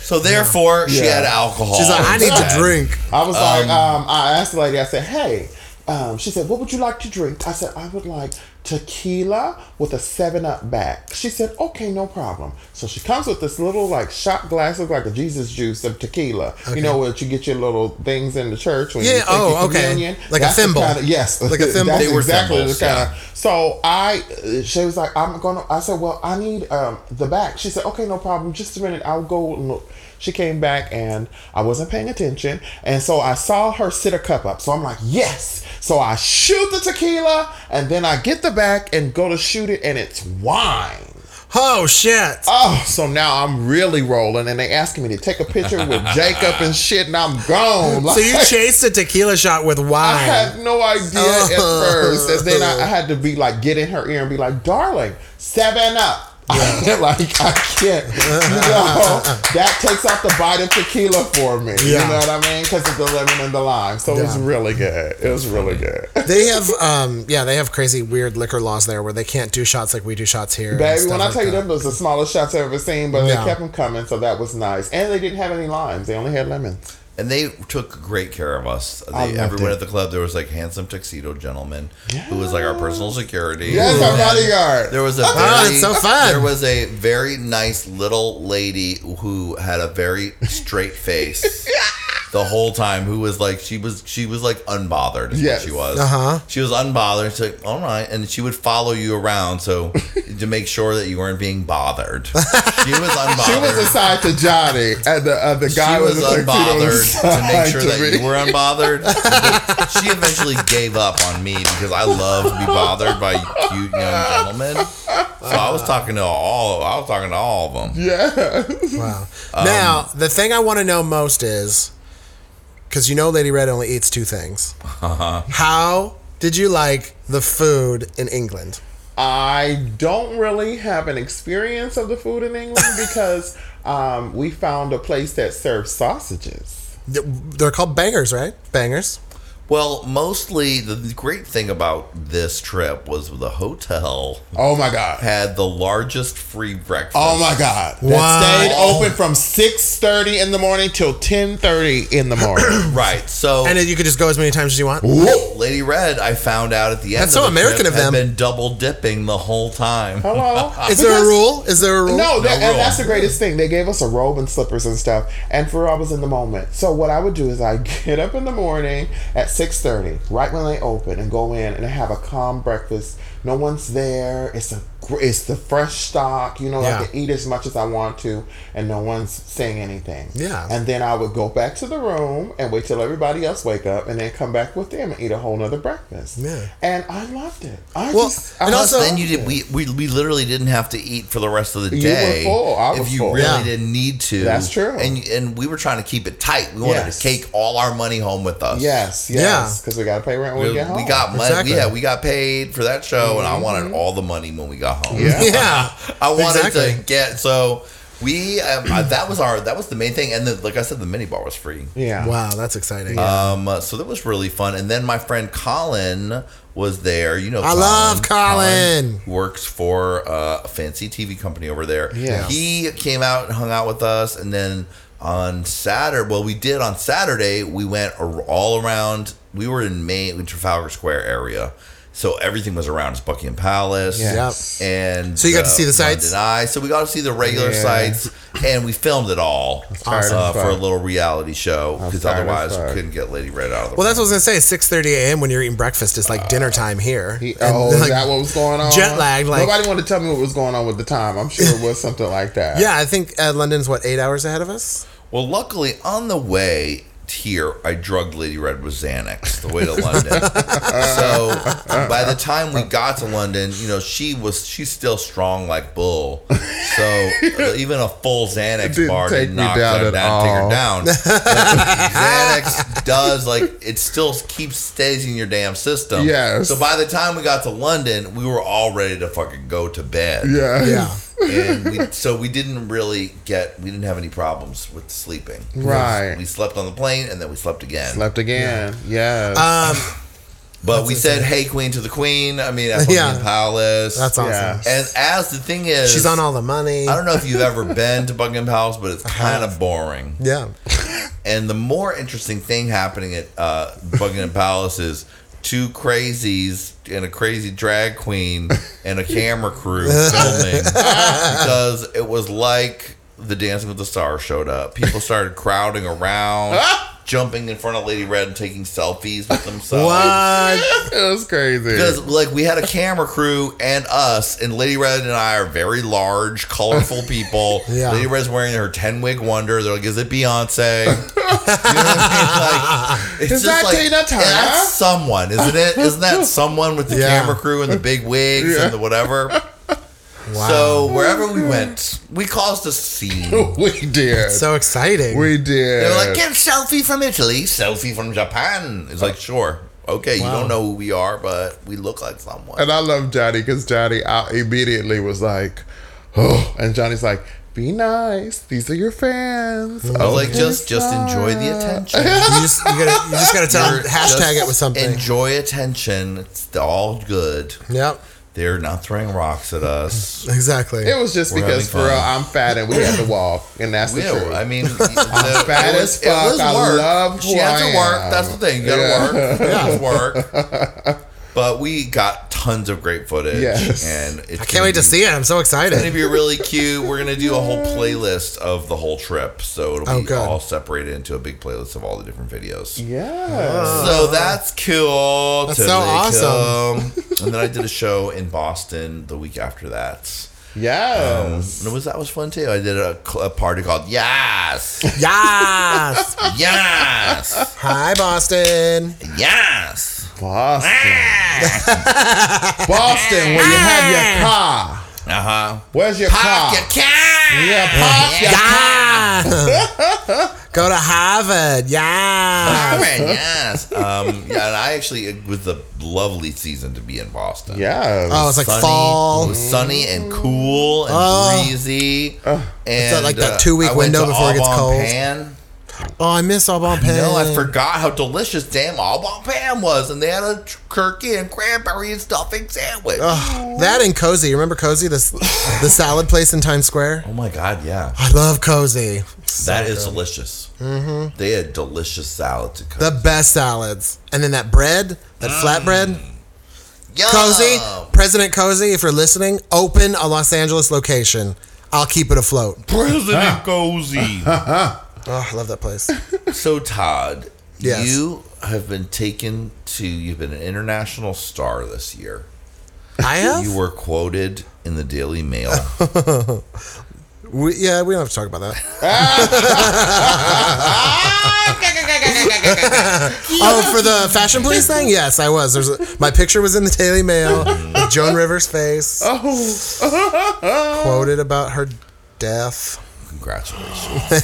So therefore, she
Yeah.
had alcohol.
She's like, I need to
instead.
drink.
I was like, um, I asked the lady, I said, hey, um, she said, what would you like to drink? I said, I would like tequila with a 7 up back. She said, okay, no problem. So she comes with this little, like, shot glass, look like a Jesus juice of tequila. You know, where you get your little things in the church when
Yeah,
you take
oh,
your
okay.
communion.
Like a
the
thimble.
Kinda, yes.
Like a thimble.
That's
They were
exactly
thimbles,
the
yeah.
kind of so I, uh, she was like, I'm gonna. I said, well, I need um, the back. She said, okay, no problem. Just a minute, I'll go and look. She came back and I wasn't paying attention, and so I saw her sit a cup up. So I'm like, yes. So I shoot the tequila, and then I get the back and go to shoot it, and it's wine.
Oh shit.
Oh, so now I'm really rolling, and they asking me to take a picture with Jacob and shit, and I'm gone.
so you
Like-
chased a tequila shot with
Oh, I
wine.
had no idea at
Uh-huh.
first. And then I, I had to be like, get in her ear and be like, darling, seven up. like, I can't. You know, that takes out the bite of tequila for me.
Yeah.
You know what I mean? Because of the lemon and the lime. So it was
Yeah.
really good. It was really good.
They have, um, yeah, they have crazy weird liquor laws there where they can't do shots like we do shots here. and
Baby,
stuff
when I
like
tell you
that.
them was the smallest shots I've ever seen, but
Yeah.
they kept them coming, so that was nice. And they didn't have any limes. They only had lemons.
and they took great care of us. They,
I loved
everyone
it.
at the club, there was like handsome tuxedo gentleman who was like our personal security.
Yes, our
And
bodyguard.
There was a
Ah,
very,
it's so fun.
There was a very nice little lady who had a very straight face the whole time. Who was like she was she was like unbothered. Is
Yes.
what she was.
Uh-huh.
She was unbothered. She's like, all right, and she would follow you around so to make sure that you weren't being bothered. She was unbothered.
She was assigned to Johnny, and the uh, the guy
she was
with the tuxedo
unbothered to make
assigned
sure
to
that
me.
you were unbothered. she eventually gave up on me because I love to be bothered by cute young gentlemen. So I was talking to all. I was talking to all of them.
Yeah.
Wow.
Um,
now, the thing I want to know most is because you know Lady Red only eats two things.
Uh-huh.
How did you like the food in England?
I don't really have an experience of the food in England because um, we found a place that serves sausages.
Th- They're called bangers, right? Bangers.
Well, mostly the great thing about this trip was the hotel
Oh my god.
had the largest free breakfast.
Oh my god. That
Wow.
stayed open from 6:30 in the morning till 10:30 in the morning.
Right. So
And you could just go as many times as you want.
Whoop.
Lady Red, I found out at the end.
That's
of
so
the trip,
American of
had
them.
Been double dipping the whole time.
Hello.
Is there a
Because-
rule? Is there a rule?
No, that,
rule.
and that's the greatest thing. They gave us a robe and slippers and stuff, and for I was in the moment. So what I would do is I get up in the morning at six thirty, right when they open, and go in and have a calm breakfast. No one's there. It's a gr- it's the fresh stock. You know,
Yeah.
I can eat as much as I want to, and no one's saying anything.
Yeah.
And then I would go back to the room and wait till everybody else wake up, and then come back with them and eat a whole nother breakfast.
Yeah.
And I loved it. I
Well,
just, I
and
Plus,
also-
then you did. We, we we literally didn't have to eat for the rest of the
You
day.
were full. I
if
was
you
full.
really
Yeah.
didn't need to.
That's true.
And and we were trying to keep it tight. We wanted
Yes.
to take all our money home with us.
Yes,
Yeah.
yes, because we gotta pay rent when
We,
we, get home.
we got money.
Exactly.
Yeah, we got paid for that show, and I wanted all the money when we got home.
Mm-hmm. Yeah.
Yeah.
I wanted to
Exactly.
get so we um, uh, that was our that was the main thing, and then like I said, the mini bar was free.
Yeah.
Wow, that's exciting.
Um, uh, so that was really fun. And then my friend Colin was there. You know,
I love Colin.
works for uh, a fancy TV company over there.
Yeah.
he came out and hung out with us, and then on Saturday, well, we did on Saturday. We went ar- all around. We were in Maine, in Trafalgar Square area. So everything was around us, Buckingham Palace,
Yes.
and uh,
So you got to see the sights?
London Eye. So we got to see the regular
Yeah.
sights, and we filmed it all
tired as
uh, for a
fuck.
little reality show because
tired as
otherwise we
fuck.
couldn't get Lady Red out of the
Well, that's
room.
what I was gonna say. Six thirty a.m. when you're eating breakfast is like dinner time here.
He,
And,
oh, is
like,
that what was going on?
jet lag, like-
nobody wanted to tell me what was going on with the time. I'm sure it was something like that.
Yeah, I think uh, London's what eight hours ahead of us.
Well, luckily on the way here, I drugged Lady Red with Xanax the way to London. so by the time we got to London, you know she was she's still strong like bull. So even a full Xanax
didn't
bar
take
did
me
not
down
down
at
down, take her
all.
down. But Xanax does like it still keeps stays in your damn system.
Yes.
So by the time we got to London, we were all ready to fucking go to bed
Yeah.
Yeah.
and we, so we didn't really get we didn't have any problems with sleeping.
Right.
We slept on the plane and then we slept again.
Slept again. Yes.
Um,
but we said "Hey Queen" to the Queen. I mean, at
Yeah.
yeah. Palace.
that's awesome.
Yeah.
And as the thing is,
She's on all the money.
I don't know if you've ever been to Buckingham Palace, but it's
Uh-huh.
kind of boring.
Yeah.
And the more interesting thing happening at uh, Buckingham Palace is two crazies and a crazy drag queen and a camera crew filming because it was like the Dancing with the Stars showed up. People started crowding around, jumping in front of Lady Red and taking selfies with themselves.
What?
it was crazy.
Because like we had a camera crew and us, and Lady Red and I are very large, colorful people.
Yeah.
Lady Red's wearing her ten wig wonder. They're like, "Is it Beyonce?" you know what I mean? Like, it's
Is
just
that
like,
Tina Turner?
That's someone, isn't it? Isn't that someone with the
Yeah.
camera crew and the big wigs and the whatever?
Wow.
So wherever we went, we caused a scene.
we did.
so exciting.
we did.
They were like, "Get selfie from Italy, selfie from Japan." It's
Uh,
like, sure. Okay, you don't know who we are, but we look like someone.
and I love Johnny because Johnny out immediately was like, oh, and Johnny's like, be nice. These are your fans. Oh.
I was like, just just enjoy the attention.
you Oh. just you, gotta, you just gotta tell
You're-
hashtag
just
it with something.
Enjoy attention. It's all good.
yep.
They're not throwing rocks at us.
Exactly.
It was just
We're
because for
having
real,
fun.
I'm fat and we had to walk, and that's the
Yeah,
truth.
I mean, the,
fat as fuck. I love
She had
who I
to work.
am.
That's the thing. You gotta
Yeah.
work. You gotta work. But we got tons of great footage.
Yes.
And it's
I can't wait to see it. I'm so
It's gonna
excited.
be really cute. We're gonna do a whole playlist of the whole trip, so it'll
Oh,
be
good.
all separated into a big playlist of all the different videos.
yeah.
So that's cool.
That's so awesome.
cool. and then I did a show in Boston the week after that. Um,
Yes.
and it was that was fun too. I did a, cl- a party called Yes,
Yes.
Yes,
Hi, Boston.
Yes.
Boston.
Uh
Boston, where you have your car.
huh.
Where's your
Uh-huh. Pop
car?
your cat.
Yeah, pop your
Yeah. Go to Harvard. Yeah.
All right, yes. Um, yeah, and I actually it was a lovely season to be in Boston.
Yes.
Oh, it's like
Sunny, It
fall.
was sunny and cool and
Oh.
breezy. and
that like that
uh,
two-week
I went
window
to
before it gets
Au
cold?
Bonpam.
Oh, I miss Aubon Pen.
No, I forgot how delicious damn Albon Pam was, and they had a tr- turkey and cranberry and stuffing sandwich.
That and Cozy. Remember Cozy? This the salad place in Times Square.
Oh my god, yeah,
I love Cozy.
that is delicious. Mm-hmm. They had delicious salad to cook.
The best salads. And then that bread, that flatbread.
Yum.
Cozy,
Oh.
President Cozy, if you're listening, open a Los Angeles location. I'll keep it afloat.
President Cozy.
Oh, I love that place.
So Todd,
Yes.
you have been taken to you've been an international star this year.
I have.
You were quoted in the Daily Mail.
We, yeah, we don't have to talk about that. oh, for the fashion police thing? Yes, I was. There's a, my picture was in the Daily Mail with Joan Rivers' face. Quoted about her death.
Congratulations.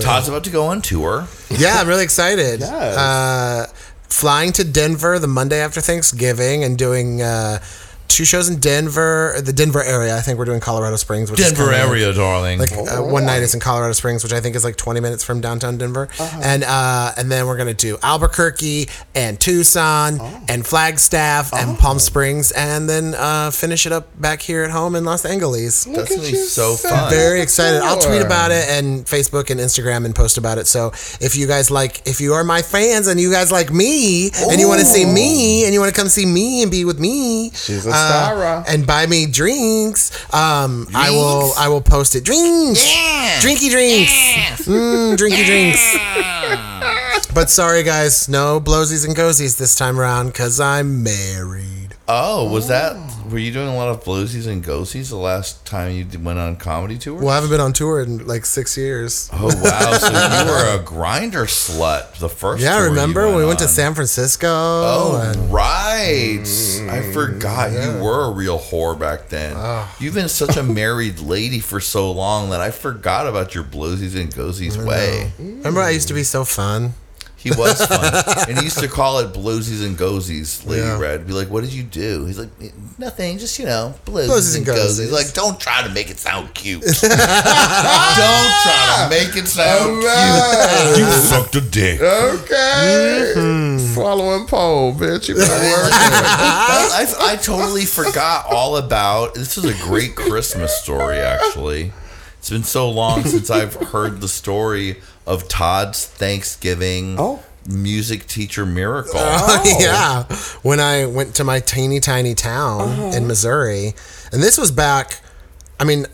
Todd's about to go on tour.
Yeah, I'm really excited.
Yes.
Uh, flying to Denver the Monday after Thanksgiving and doing uh, two shows in Denver, the Denver area. I think we're doing Colorado Springs. Which is kinda-
darling.
Like uh, one night is in Colorado Springs, which I think is like 20 minutes from downtown Denver, and uh, and then we're gonna do Albuquerque and Tucson and Flagstaff and Palm Springs, and then uh, finish it up back here at home in Los Angeles.
That's gonna
at
be
you,
so
sir.
fun.
Very excited. I'll tweet
Sure.
about it and Facebook and Instagram and post about it. So if you guys like, if you are my fans and you guys like me and you want to see me and you want to come see me and be with me, uh,
She's a star.
and buy me drinks, um, I will.
Drinks?
I will post it. Drinks.
Yeah.
Drinky drinks. Mm, drinky drinks. But sorry, guys, no blowsies and cozies this time around because I'm married.
Oh, was that? Were you doing a lot of bluesies and goesies the last time you did- went on comedy tour?
Well, I haven't been on tour in like six years.
Oh wow! So you were a grinder slut the first.
Yeah,
tour
I
you
remember we went to
on.
San Francisco.
Oh
and- Mm,
right! I forgot you were a real whore back then.
Ah.
You've been such a married lady for so long that I forgot about your bluesies and goesies way.
Remember, I used to be so fun.
He was fun, and he used to call it bluesies and goesies. Lady
Yeah.
Red be like, "What did you do?" He's like, "Nothing, just you know, bluesies,
Bluesies
and
and
goesies."
goesies.
Like, don't try to make it sound cute. don't try to make it sound cute. You sucked a dick.
Okay.
Mm-hmm.
Swallowing pole, bitch. You better work.
I, I, I totally forgot all about. This is a great Christmas story, actually. It's been so long since I've heard the story of Todd's Thanksgiving
Oh.
music teacher miracle. Oh.
yeah, when I went to my teeny tiny town
Uh-huh.
in Missouri, and this was back. I mean,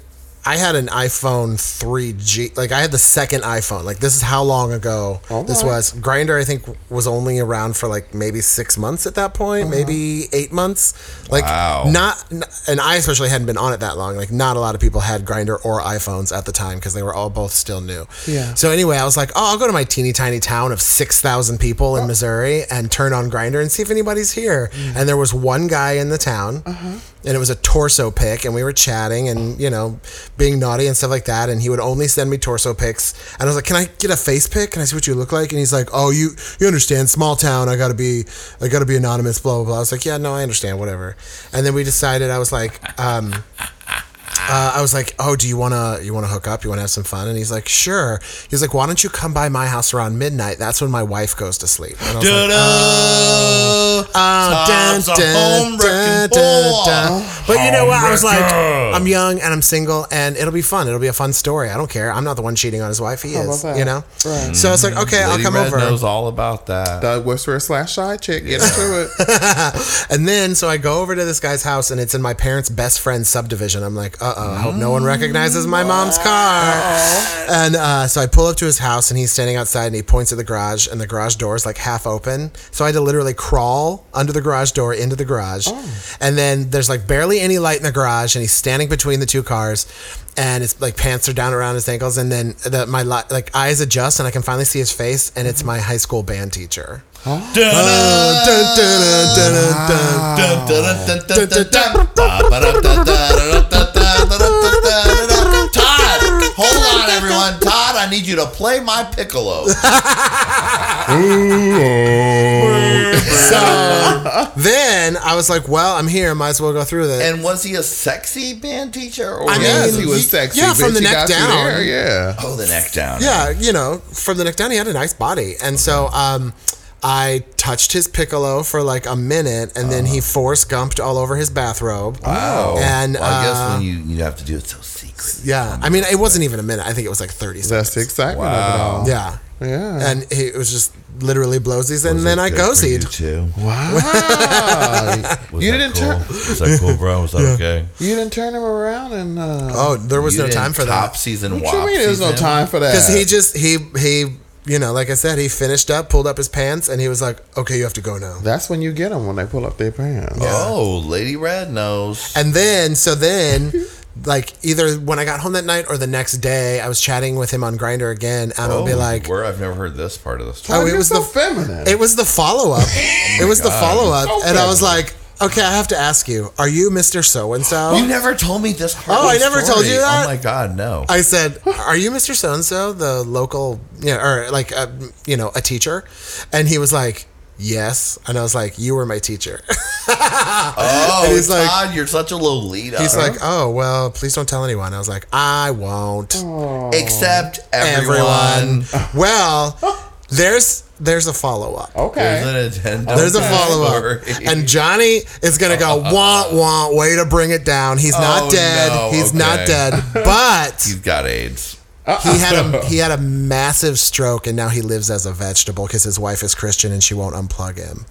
I had an iPhone 3G. Like I had the second iPhone. Like this is how long ago this
my.
was. Grinder, I think, was only around for like maybe six months at that point,
Uh-huh.
maybe eight months. Like
Wow.
not, n- and I especially hadn't been on it that long. Like not a lot of people had Grinder or iPhones at the time because they were all both still new.
Yeah.
So anyway, I was like, oh, I'll go to my teeny tiny town of six thousand people in Missouri and turn on Grinder and see if anybody's here. And there was one guy in the town, and it was a torso pic, and we were chatting and you know being naughty and stuff like that. And he would only send me torso pics, and I was like, can I get a face pic? Can I see what you look like? And he's like, oh, you you understand, small town. I gotta be I gotta be anonymous. Blah blah blah. I was like, yeah, no, I understand, whatever. And then we decided. I was like. um uh, I was like, "Oh, do you wanna you wanna hook up? You wanna have some fun?" And he's like, "Sure." He's like, "Why don't you come by my house around midnight? That's when my wife goes to sleep." And I was like,
Oh,
Oh, dun,
Tom's a
dun,
home
dun,
wrecking
dun,
boy.
dun. But you know what? I was like, I'm young and I'm single, and it'll be fun. It'll be a fun story. I don't care. I'm not the one cheating on his wife. He
about
is.
that?
You know.
Right.
So it's like, okay, I'll
Mm-hmm. Lady
come
Red
over.
knows all about that.
Thug whisperer slash shy chick. Get into it.
And then, so I go over to this guy's house, and it's in my parents' best friend's subdivision. I'm like, uh oh, I hope no one recognizes my mom's car. And uh, so I pull up to his house, and he's standing outside, and he points at the garage, and the garage door is like half open. So I had to literally crawl under the garage door into the garage. And then there's like barely any light in the garage, and he's standing between the two cars. And it's like pants are down around his ankles, and then the, my li- like eyes adjust, and I can finally see his face, and it's my high school band teacher. Dun, dun, dun, dun, dun, dun.
Ah,
Todd, hold on, everyone. Todd, I need you to play my piccolo.
Um, then I was like, well, I'm here. Might as well go through this.
And was he a sexy band teacher? Or
I
was
yes,
mean,
he was sexy.
yeah, from
bitch.
the
He got
neck
you
down.
there, Yeah.
oh, the neck down.
yeah, you know, from the neck down, he had a nice body. And so um, I touched his piccolo for like a minute, and then he force gumped all over his bathrobe.
Uh-huh.
Oh.
Wow.
And,
Well, I guess
uh,
when you you have to do it so secretly.
Yeah. I mean, it wasn't even a minute. I think it was like 30 seconds.
That's the excitement
Wow.
of it all.
Yeah.
Yeah.
And he, it was just literally blowsies, and
Was
then
it
I
good for you
gozied.
too?
Wow.
Was
you
that
didn't
cool?
turn.
Was that cool, bro? Was that okay?
You didn't turn him around and. Uh,
Oh, there was
You
no
didn't
time for
top
that.
season.
what you mean? There's no time for that.
Because he just, he, he, you know, like I said, he finished up, pulled up his pants, and he was like, okay, you have to go now.
That's when you get them when they pull up their pants.
Oh, Lady Red knows.
And then, so then, like either when I got home that night or the next day, I was chatting with him on Grinder again, and I would
Oh,
be like,
where I've never heard this part of the story.
"Oh,
Why
it
you
was
so
the
feminine.
it was the follow up, it was the follow up,"
So
and I was
feminine.
like, "Okay, I have to ask you, are you Mister So and
Oh, You
So?"
never told me this part.
Oh,
of
I
the
never
story.
told you that?
Oh my god, no.
I said, "Are you Mister So and So, the local, you know, or like, uh, you know, a teacher?" And he was like. Yes, and I was like, "You were my teacher."
oh,
he's like-
Todd, you're such a Lolita.
He's like, "Oh well, please don't tell anyone." I was like, "I won't."
except
everyone.
everyone.
well, there's there's a follow up.
There's
okay.
an agenda.
There's a
Oh. Okay.
follow up,
Sorry.
and Johnny is gonna go want want way to bring it down. He's
Oh,
not dead.
no,
He's not
okay.
dead. But
he's got AIDS.
he had a he had a massive stroke, and now he lives as a vegetable because his wife is Christian and she won't unplug him.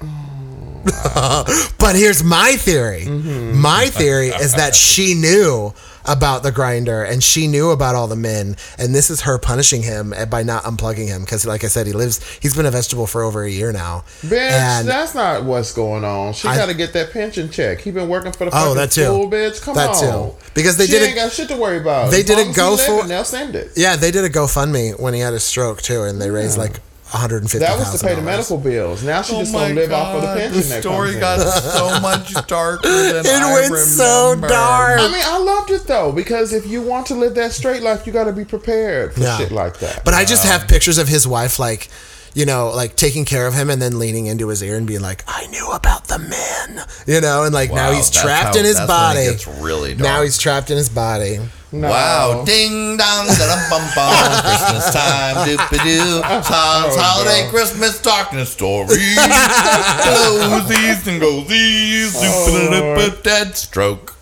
but here's my theory.
Mm-hmm.
My theory is that she knew about the grinder and she knew about all the men, and this is her punishing him by not unplugging him because, like I said, he lives. He's been a vegetable for over a year now.
Bitch,
And-
that's not what's going on. She
I-
got to get that pension check. He been working for the fucking
Oh, that too.
school, bitch. Come
That
on,
too. Because they
she
didn't-
ain't got shit to worry about.
they
As
didn't
long as he
go
living,
for-
They'll send it.
Yeah, they did a GoFundMe when he had a stroke too, and they raised like one hundred and fifty.
That was to pay the medical bills. Now
Oh
she just gonna live off of the pension.
the
that
story
comes
got
In.
so much darker than
It
I
went so
remember.
dark.
I mean, I loved it though because if you want to live that straight life, you got to be prepared for
Yeah.
shit like that.
But I just
Um,
have pictures of his wife, like, you know, like taking care of him and then leaning into his ear and being like, I knew about the men, you know, and like now
Wow,
he's
that's
trapped
how-
in his
that's when it
body.
gets really dark.
Now he's trapped in his body.
No.
Wow, ding dong, da dum bum bum, Christmas time, doop doo,
Oh,
Tom's holiday Christmas darkness story. Blows east and goes east,
Oh,
doop dead stroke.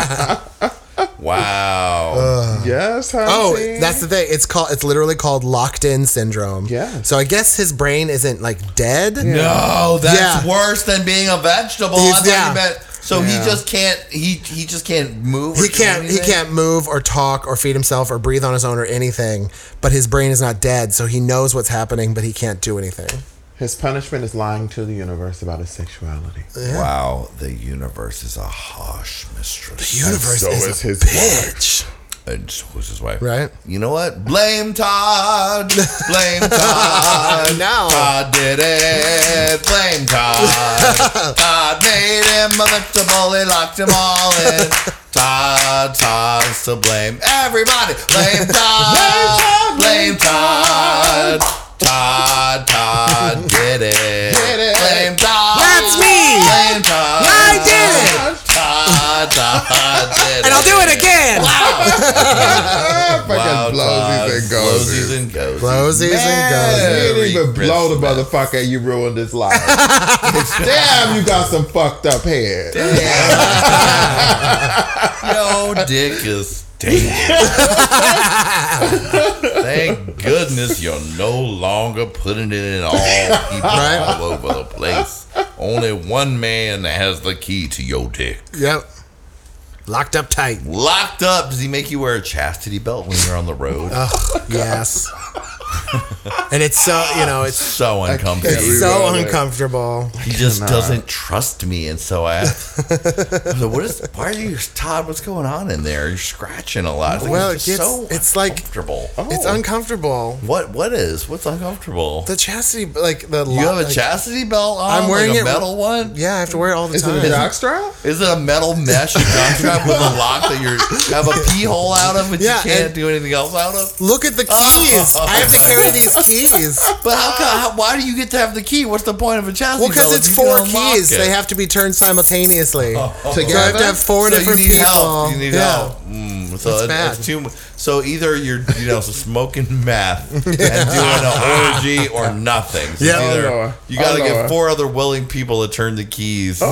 wow.
Yes, honey.
Oh, that's the thing. It's called. It's literally called locked in syndrome.
Yeah.
So I guess his brain isn't like dead.
No, that's
Yeah.
worse than being a vegetable.
He's-
I thought
yeah.
you meant- so he just can't. He he just can't move. or
He
do
can't. He
anything?
can't move or talk or feed himself or breathe on his own or anything. But his brain is not dead, so he knows what's happening, but he can't do anything.
His punishment is lying to the universe about his sexuality.
Wow, the universe is a harsh mistress.
Universe
so is
is, a
his
bitch.
And so was his wife.
Right.
You know what? Blame Todd. Blame Todd.
No.
Todd did it. Blame Todd. Todd made him a vegetable. He locked him all in. Todd, Todd's to blame. Everybody, blame Todd. Blame Todd. Todd, Todd did it.
Did it.
Blame Todd.
That's me.
Blame Todd.
I did it.
Todd, God, did
And I'll do it again.
Ah,
Wild
fucking blowsies and
times, blowsies and goes.
goes.
Blowsies and
You didn't
Merry
even blow the
Christmas.
motherfucker. You ruined his life. Damn, you got some fucked up hair.
Yo, dick is dangerous. Thank goodness you're no longer putting it in all people
Right.
all over the place. Only one man has the key to your dick.
goes. Yep. Locked up tight.
Locked up. Does he make you wear a chastity belt when you're on the road?
Yes. and it's so you know it's
so uncomfortable.
can't
so
Rewind it.
uncomfortable.
He just doesn't trust me, and so I. asked, I was like, "What is? Why are you, Todd? What's going on in there? You're scratching a lot." It's like,
Well,
it's,
it
just
gets-
so
it's like-
uncomfortable.
It's uncomfortable.
What? What is? What's uncomfortable?
The chastity, like the
you have a
like,
chastity belt on.
I'm wearing
like a
it-
metal one.
Yeah, I have to wear it all the
Is
time.
it a jockstrap?
Is it a metal mesh contract with a lock that you have a pee hole out of, but
Yeah,
you can't
and-
do anything else out of?
Look at the keys.
Oh.
I have to carry these keys.
But how, come, how? Why do you get to have the key? What's the point of a chastity
Well,
Ah. belt?
because it's
if you
four
can unlock
keys.
it? Oh.
They have to be turned simultaneously. So I have to
Together?
have four
So
different
you need
people.
help. You need
yeah.
help. Mm, so
That's
it-
bad.
it's too. mu- So either you're you know smoking meth and doing an orgy or nothing. So
Yeah.
it's either-
Oh, Lord.
you got to
Oh,
get
Lord.
four other willing people to turn the keys.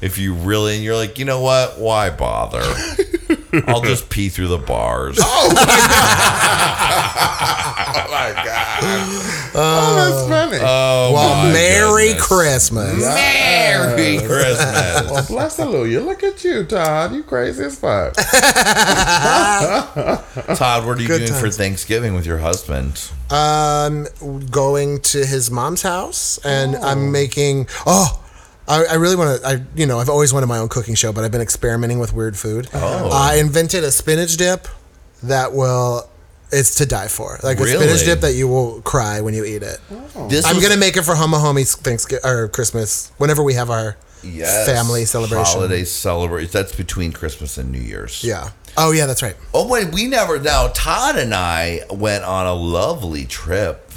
If you really and you're like you know what? Why bother? I'll just pee through the bars.
Oh my god. oh, that's funny.
Oh,
Well,
my
Merry
goodness. Mm.
Christmas.
Merry Christmas.
Bless the Lord. You Look at you, Todd. You crazy as fuck.
Todd, what are you
Good
doing for
times.
Thanksgiving with your husband?
Um, going to his mom's house, and I'm making. Oh, I, I really want to. I you know I've always wanted my own cooking show, but I've been experimenting with weird food.
Oh.
I invented a spinach dip that will. It's to die for. Like a
Really? Oh.
spinach dip that you will cry when you eat it.
This
I'm
was-
gonna make it for Homa Homie's Thanksgiving or Christmas whenever we have our
Yes.
family celebration.
Holiday celebration. That's between Christmas and New Year's.
Yeah. Oh yeah, that's right.
Oh wait, we never. Now Todd and I went on a lovely trip.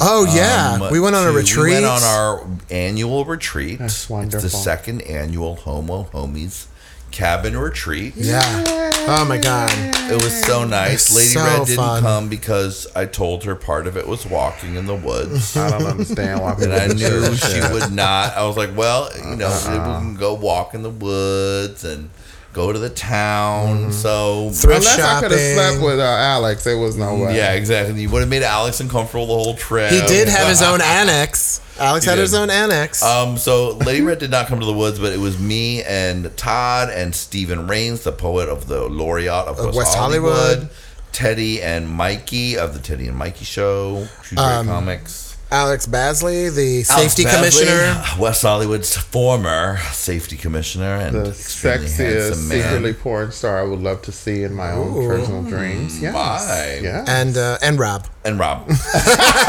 Oh yeah,
Um,
we went on a
to-
retreat.
We went on our annual retreat.
That's wonderful.
It's the second annual Homo Homies cabin retreat.
yeah. Oh my god.
It was so nice.
It's
Lady
so
Red didn't
fun.
come because I told her part of it was walking in the woods.
I don't understand why people
And I
do
knew
that
she
shit.
would not. I was like, well, you know,
Uh-uh.
we can go walk in the woods and go to the
Mm-hmm.
town. So
Thrift
Unless I could have
shopping.
slept with uh, Alex, there was no way.
Yeah, exactly. You would have made Alex uncomfortable the whole trip.
He did have his own annex. Alex
He
had
did.
his own annex.
Um, so Lady Red did not come to the woods, but it was me and Todd and Stephen Rains, the poet of the laureate of West,
West
Hollywood,
Hollywood.
Teddy and Mikey of the Teddy and Mikey Show, Shoot
Um,
Comics.
Alex Basley, the
Alex
safety
Basley,
commissioner.
West Hollywood's former safety commissioner, and
The
extremely
sexiest
handsome man.
secretly porn star I would love to see in my own personal dreams. Yes.
My.
Yeah.
And uh, and Rob.
and Rob.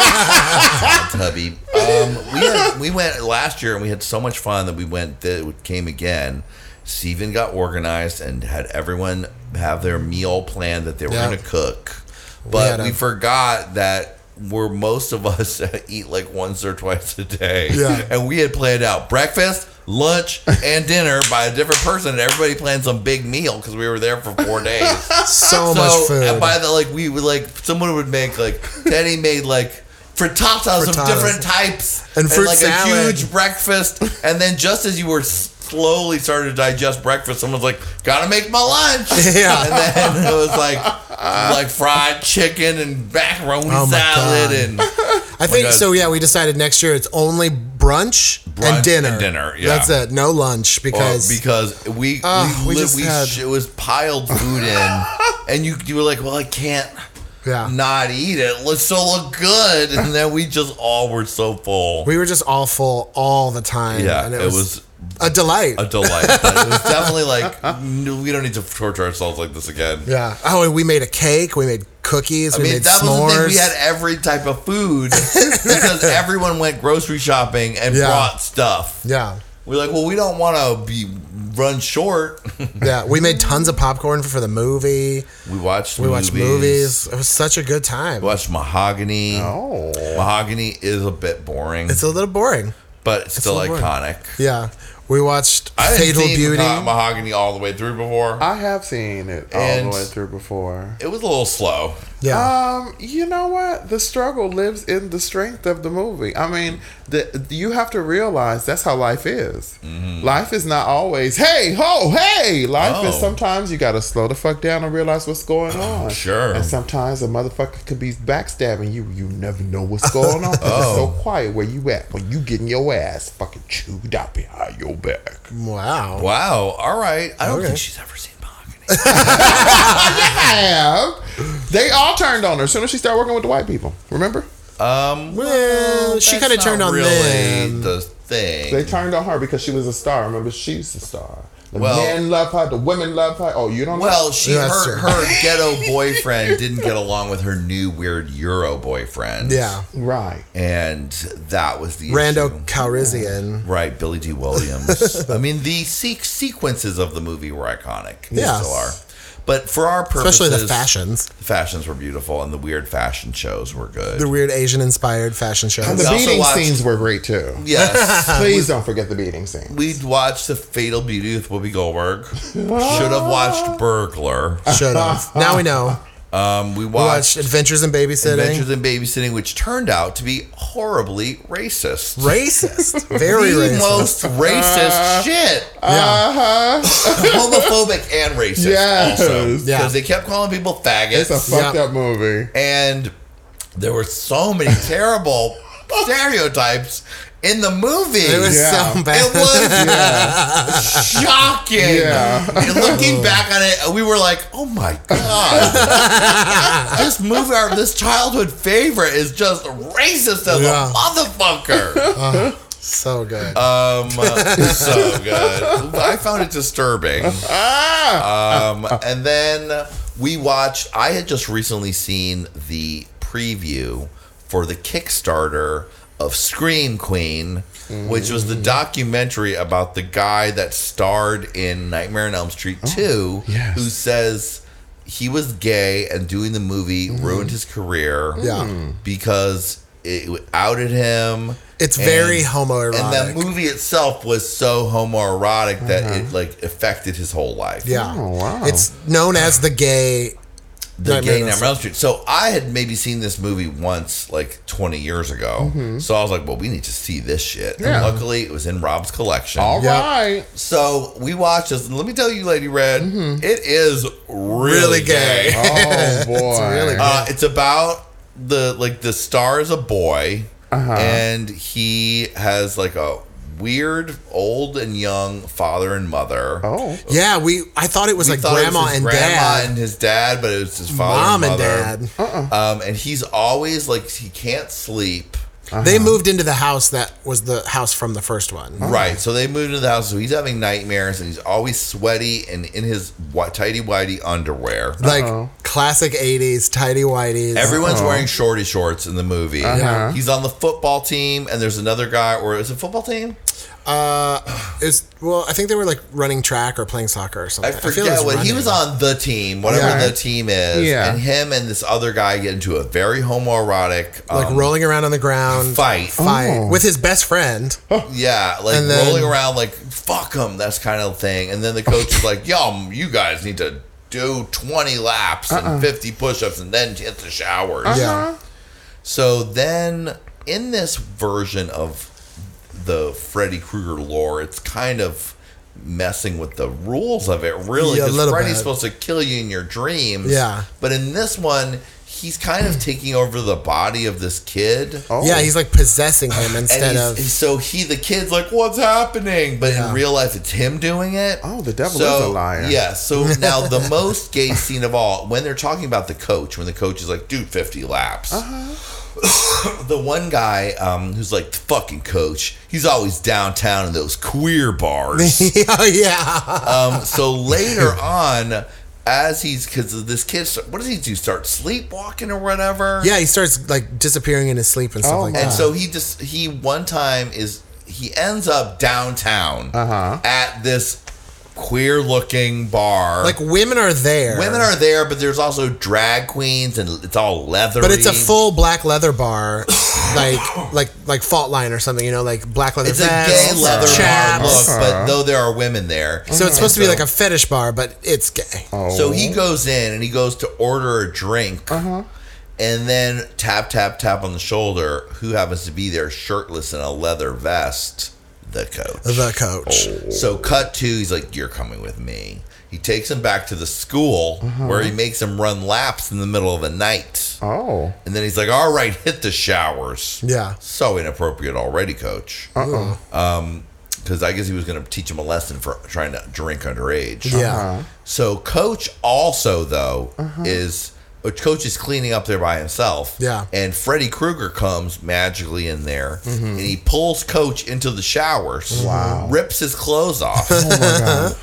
That's hubby. Um, we, had, we went last year and we had so much fun that we went that it came again. Steven got organized and had everyone have their meal plan that they were
Yeah.
going to cook.
had
But
a-
we forgot that we're most of us eat like once or twice a day.
Yeah.
And we had planned out breakfast, lunch, and dinner by a different person. And everybody planned some big meal because we were there for four days
So,
so
much food.
and by the like, we would like someone would make like Teddy made like frittatas, of
Frittatas.
different types
And fruit
like a
salad.
huge breakfast, and then just as you were slowly starting to digest breakfast, someone's like, "Gotta make my lunch."
Yeah.
and then it was like like fried chicken and macaroni
Oh my
salad
God.
and
I think
God.
so. Yeah, we decided next year it's only brunch,
Brunch
and dinner.
and dinner, yeah.
That's it. No lunch because
Well, because we
Ugh,
we,
we
lit-
just
we
had-
sh- it was piled food in, and you you were like, well, I can't.
Yeah.
Not eat it. Let's still look good, and then we just all were so full.
we were just all full all the time.
yeah,
and
it, was,
a delight.
a delight. but it was definitely like no, we don't need to torture ourselves like this again.
yeah. Oh, and we made a cake. We made cookies.
I
we
mean,
made
that
s'mores.
was the thing. We had every type of food because everyone went grocery shopping and
Yeah.
brought stuff.
yeah.
We're like, well, we don't want to be run short.
Yeah, we made tons of popcorn for the movie.
we watched
We watched movies. It was such a good time.
Watch Mahogany.
Oh.
Mahogany is a bit boring,
It's a little boring.
but it's still
a little boring.
iconic.
Yeah. We watched
I didn't
Fatal
see
Beauty.
Mah- Mahogany all the way through before.
I have seen it all
And-
the way through before.
it was a little slow.
yeah.
Um, you know what? The struggle lives in the strength of the movie. I mean, the, you have to realize that's how life is.
Mm-hmm.
Life is not always hey ho hey. Life is
Oh.
sometimes you got to slow the fuck down and realize what's going on.
Sure.
And sometimes a motherfucker could be backstabbing you. You never know what's going on.
Oh.
It's so quiet where you at when you getting your ass fucking chewed out behind your back.
wow.
Wow. All right. I don't
Okay.
think she's ever seen Mahogany.
have. They all turned on her as soon as she started working with the white people. Remember?
Um,
Well, she
that's
kind of turned
not
on
really
them.
the thing.
They turned on her because she was a star. Remember, she's a star. The
Well-
men love her. The women love her. Oh, you don't know?
Well, she
Yeah, that's
her,
true.
her ghetto boyfriend didn't get along with her new weird Euro boyfriend.
Yeah.
Right.
and that was the
Rando
issue.
Calrissian.
Right, Billy D. Williams. I mean, the se- sequences of the movie were iconic. They
Yes.
still are. But for our purposes,
Especially the fashions.
the fashions were beautiful, and the weird fashion shows were good.
The weird Asian inspired fashion
And
shows.
the
also
beating
watched-
scenes were great, too.
yes,
Please don't forget the beating scene.
we'd watched the Fatal Beauty with Whoopi Goldberg. Should have watched Burglar.
Showed off. Now we know.
Um, we
We
watched
watched Adventures in Babysitting.
Adventures in Babysitting, which turned out to be horribly racist.
racist. Very
the
racist.
most racist shit.
yeah.
Homophobic and racist.
Yes.
Also, because
Yeah.
they kept calling people faggots.
It's a fucked
Yeah.
up movie.
and there were so many terrible stereotypes in the movie.
It was
Yeah.
so bad.
It was shocking.
Yeah.
And looking back on it, we were like, "Oh my god, this movie, our, this childhood favorite, is just racist as
Yeah.
a motherfucker."
so good.
Um, so good. I found it disturbing.
Ah!
Um, and then we watched. I had just recently seen the preview for the Kickstarter of Scream Queen, which was
Mm.
the documentary about the guy that starred in Nightmare on Elm Street
Oh,
Two,
yes.
who says he was gay and doing the movie ruined his career,
Mm. Yeah.
because it outed him.
It's very homoerotic.
And that movie itself was so homoerotic that it like affected his whole life.
Mm-hmm. yeah.
Oh, wow.
It's known as the gay.
the
Nightmare
gay
on Elm
Nightmare on Elm Street. So I had maybe seen this movie once, like 20 years ago.
Mm-hmm.
So I was like, well, we need to see this shit. And
Yeah.
luckily, it was in Rob's collection.
All right.
Yeah.
So we watched this. And let me tell you, Lady Red, it is really,
Mm-hmm. Really
gay.
gay.
Oh, boy.
really good.
Uh, it's about the like the star is a boy,
Uh-huh.
and he has like a weird old and young father and mother.
Oh.
Yeah, we. I thought it was
We
like
thought it was
grandma
his
and
grandma
dad.
and his dad, but it was his father,
Mom
and,
and
mother.
dad. Uh-uh.
Um, and he's always like he can't sleep.
They moved into the house that was the house from the first one.
Right, so they moved to the house. So he's having nightmares, and he's always sweaty and in his wa- tidy whitey underwear.
Like classic 80s, tidy whities.
Everyone's wearing shorty shorts in the movie.
Uh-huh.
He's on the football team, and there's another guy, or is it football team?
It's well, I think they were like running track or playing soccer or
I
something. feel
forget
it
what he
running.
was on the team, whatever
Yeah.
the team is.
Yeah.
And him and this other guy get into a very homoerotic
Like
um,
rolling around on the ground,
fight. Uh-huh.
fight
Oh.
with his best friend.
Yeah, like
And then-
rolling around like fuck them, that's kind of thing. And then the coach is like, "Yo, you guys need to do 20 laps and 50 push-ups and then hit the showers."
Uh-uh. Yeah,
So then in this version of the Freddy Krueger lore, it's kind of messing with the rules of it, really.
Yeah, a
Because
little
Freddy's
bit.
supposed to kill you in your dreams.
Yeah.
But in this one, he's kind of taking over the body of this kid.
Oh.
yeah, he's like possessing him
And
instead
he's-
of
so he the kid's like, What's happening? But in
Yeah.
real life it's him doing it.
Oh, the devil is a liar.
Yeah. So now the most gay scene of all, when they're talking about the coach, when the coach is like, dude, fifty laps.
Uh-huh.
the one guy um, who's like the fucking coach, he's always downtown in those queer bars.
oh yeah,
um, so later on, as he's because this kid, what does he do? Start sleepwalking or whatever.
yeah. He starts like disappearing in his sleep and stuff
Oh,
like
man.
that.
And so he just he one time is he ends up downtown
Uh-huh.
at this queer looking bar.
Like women are there.
women are there, but there's also drag queens and it's all leather.
But it's a full black leather bar, like like like fault line or something. You know, like black leather.
It's a
vest,
gay leather bar look,
uh-huh. chaps. Uh-huh.
but though there are women there.
So it's supposed to be like a fetish bar, but it's gay.
So he goes in and he goes to order a drink.
Uh-huh.
And then tap, tap, tap on the shoulder. Who happens to be there shirtless in a leather vest? The coach.
The coach.
So cut to, he's like, You're coming with me. He takes him back to the school where he makes him run laps in the middle of the night.
Oh.
And then he's like, All right, hit the showers.
Yeah.
So inappropriate already, coach.
Uh-uh.
Because Um, I guess he was going to teach him a lesson for trying to drink underage.
Yeah. Uh-huh.
So coach also though is uh, coach is cleaning up there by himself.
Yeah. Mm-hmm.
And Freddy Krueger comes magically in there and he pulls coach into the showers.
Wow.
Rips his clothes off.
Oh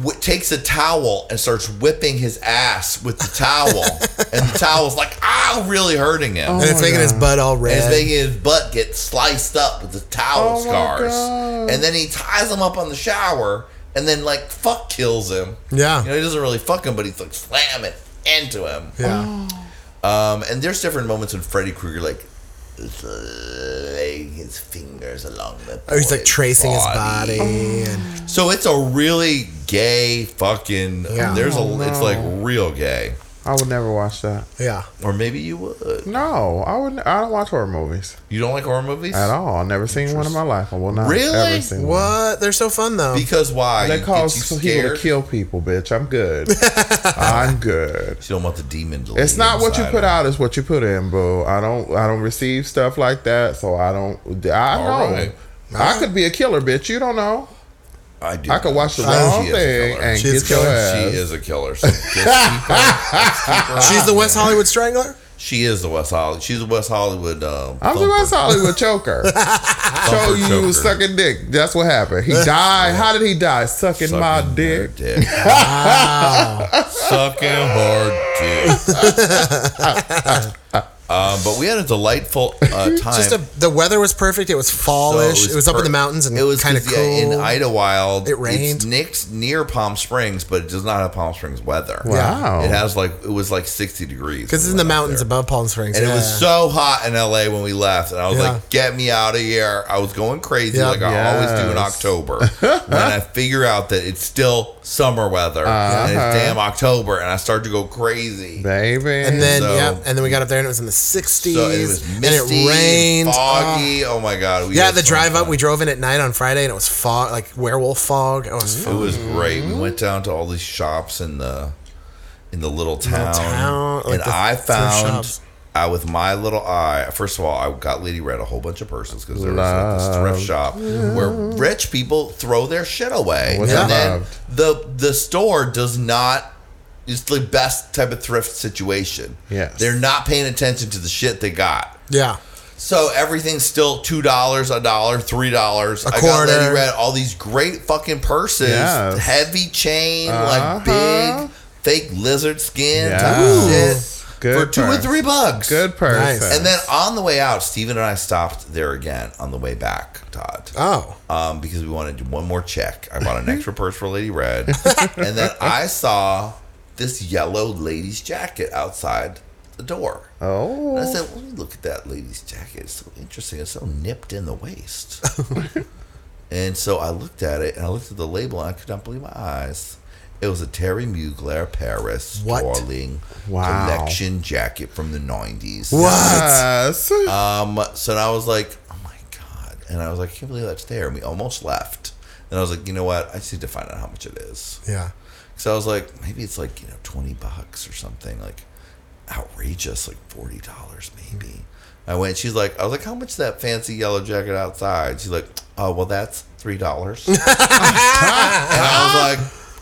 w- takes a towel and starts whipping his ass with the towel. and the towel's like, ow, really hurting him.
And it's making his butt all
And His
red.
big his butt gets sliced up with the towel
Oh my
scars.
God.
And then he ties him up on the shower and then like fuck kills him.
Yeah.
You know, he doesn't really fuck him, but he's like slamming into him. Oh
yeah.
Um, and there's different moments when Freddy Krueger like laying his fingers along the
Oh, he's like
boy's
tracing his
Oh.
body. And,
So it's a really gay fucking
Yeah. Oh,
there's a it's like real gay.
I would never watch that.
yeah.
Or maybe you would.
No, I wouldn't. I don't watch horror movies
You don't like horror movies?
at all. I've never seen one in my life. I will not
Really?
ever see one.
What? They're so fun though.
Because why?
They
You-
cause
get you
people to
scared?
kill people, bitch. I'm good. I'm good.
You don't want the demon to
It's
lean
not what you
inside
put
her.
out; it's what you put in, boo. I don't, I don't receive stuff like that, so I don't. I
All
know.
right.
I could be a killer, bitch. You don't know.
I do.
I could watch the
She
wrong
is a
thing
killer.
and
she,
She's
get your
killer.
ass.
is a killer. So just keep her- just keep her
She's
out.
the West Hollywood Strangler.
She is the West Hollywood. She's the West Hollywood. Um,
I'm the
thumper-
West Hollywood choker.
thumper
Show you
choker.
sucking dick. That's what happened. He died. How did he die? Sucking,
Sucking
my
her
dick.
dick. Sucking hard dick. um, but we had a delightful uh, time.
Just a, the weather was perfect. It was
So
fallish. it was, up in
per-
the mountains and
it was
kind of
'cause,
cool.
yeah, in Idlewild.
It rained.
It's next near Palm Springs, but it does not have Palm Springs weather.
Wow.
It has like it was like sixty degrees
Because it's in the mountains
above.
above Palm Springs.
And
yeah.
it was so hot in LA when we left. And I was
Yeah.
like, get me out of here. I was going crazy
Yeah.
like I always do in
Yes.
October. when I figure out that it's still summer weather
Uh-huh.
and it's damn October and I start to go crazy.
Baby.
and then
so-
yeah, and then we got up there and it was in the 60s
So it was misty,
and it rained.
foggy. Oh, my God. We
Yeah,
had
the
so
drive up,
fun.
we drove in at night on Friday and it was fog, like werewolf fog. It was
It
fun.
was great. We went down to all these shops in the in the little town,
town, like
and
the
I
thrift
found
shops.
I with my little eye. First of all, I got Lady Red a whole bunch of purses because there was like this thrift shop where rich people throw their shit away,
Which
I
and then
loved.
the the store does not. It's the best type of thrift situation.
Yes.
they're not paying attention to the shit they got.
Yeah.
So everything's still two dollars, a dollar, three dollars. I got
quarter.
Lady Red all these great fucking purses,
Yes.
heavy chain,
Uh-huh.
like big fake lizard skin
Yes.
type of shit
Good
for two or
purse.
three bucks.
Good person.
Nice.
And then on the way out, Steven and I stopped there again on the way back, Todd.
Oh.
Um, because we wanted to do one more check. I
Mm-hmm.
bought an extra purse for Lady Red. and then I saw this yellow lady's jacket outside the door.
oh.
And I said, let me look at that lady's jacket. It's so interesting. It's so nipped in the waist. and so I looked at it and I looked at the label and I could not believe my eyes. It was a Terry Mugler Paris
What?
Darling
Wow.
collection jacket from the 90s. Ah.
What?
Yes.
Um, so I was like, oh my God. And I was like, I can't believe that's there. And we almost left. And I was like, you know what? I just need to find out how much it is.
Yeah.
So I was like, maybe it's like, you know, 20 bucks or something, like outrageous, like $40 maybe. I went, she's like, I was like, how much is that fancy yellow jacket outside? She's like, oh, well, that's $3. and I was like,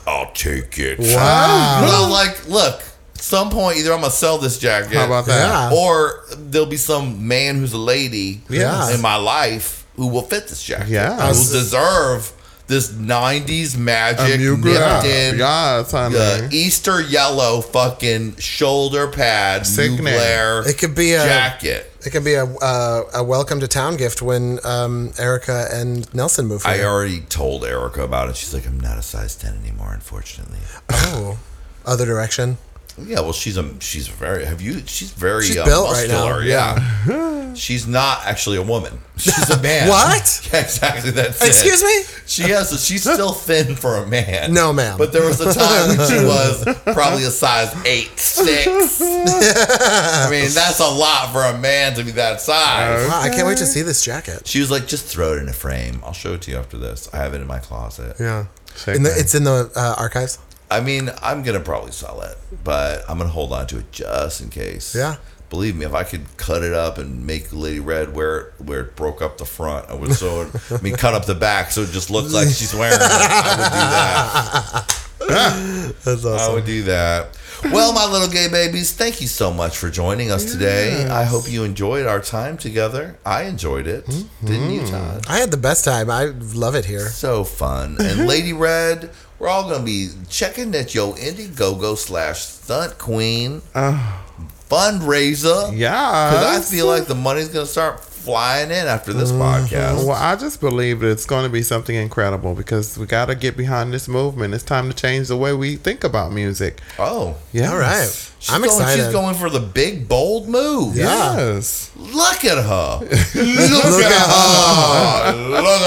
I'll take it.
Wow.
But I was like, look, at some point, either I'm going to sell this jacket.
How about that?
Yeah.
Or there'll be some man who's a lady
Yeah.
in my life who will fit this jacket.
Yeah.
Who will deserve this '90s magic
you
nipped
grab-
in
yes, honey.
the Easter yellow fucking shoulder pad
Sickening.
Mugler
It could be uh, a-
jacket.
It can be a uh, a welcome to town gift when um, Erica and Nelson move.
I
here.
already told Erica about it. She's like, I'm not a size ten anymore, unfortunately.
oh, other direction.
Yeah, well, she's a she's very. Have you? She's very
She's
uh,
built right
muscular.
now.
Yeah, she's not actually a woman. She's a man.
What?
Yeah, exactly. That's it.
Excuse me?
She has. A, she's still thin for a man.
No, ma'am.
But there was a time when she was probably a size eight six. I mean, that's a lot for a man to be that size.
Wow, I can't wait to see this jacket.
She was like, just throw it in a frame. I'll show it to you after this. I have it in my closet.
Yeah,
Sick
in the,
man.
it's in the uh, archives.
I mean, I'm gonna probably sell it, but I'm gonna hold on to it just in case.
Yeah.
Believe me, if I could cut it up and make Lady Red wear it where it broke up the front, I would so I mean cut up the back so it just looked like she's wearing it. I would do that.
That's
I would do that. Well, my little gay babies, thank you so much for joining us today. I hope you enjoyed our time together. I enjoyed it. Didn't you, Todd?
I had the best time. I love it here.
So fun. And Lady Red, we're all going to be checking at your Indiegogo slash stunt queen
Uh,
fundraiser. Because I
Yes.
feel like the money's going to start flying in after this
Mm-hmm.
podcast.
Well, I just believe that it's going to be something incredible because we got to get behind this movement. It's time to change the way we think about music.
Oh.
Yes.
All right,
She's
I'm
going,
excited.
She's going for the big, bold move.
Yes.
Look at her. Look, at her. Look at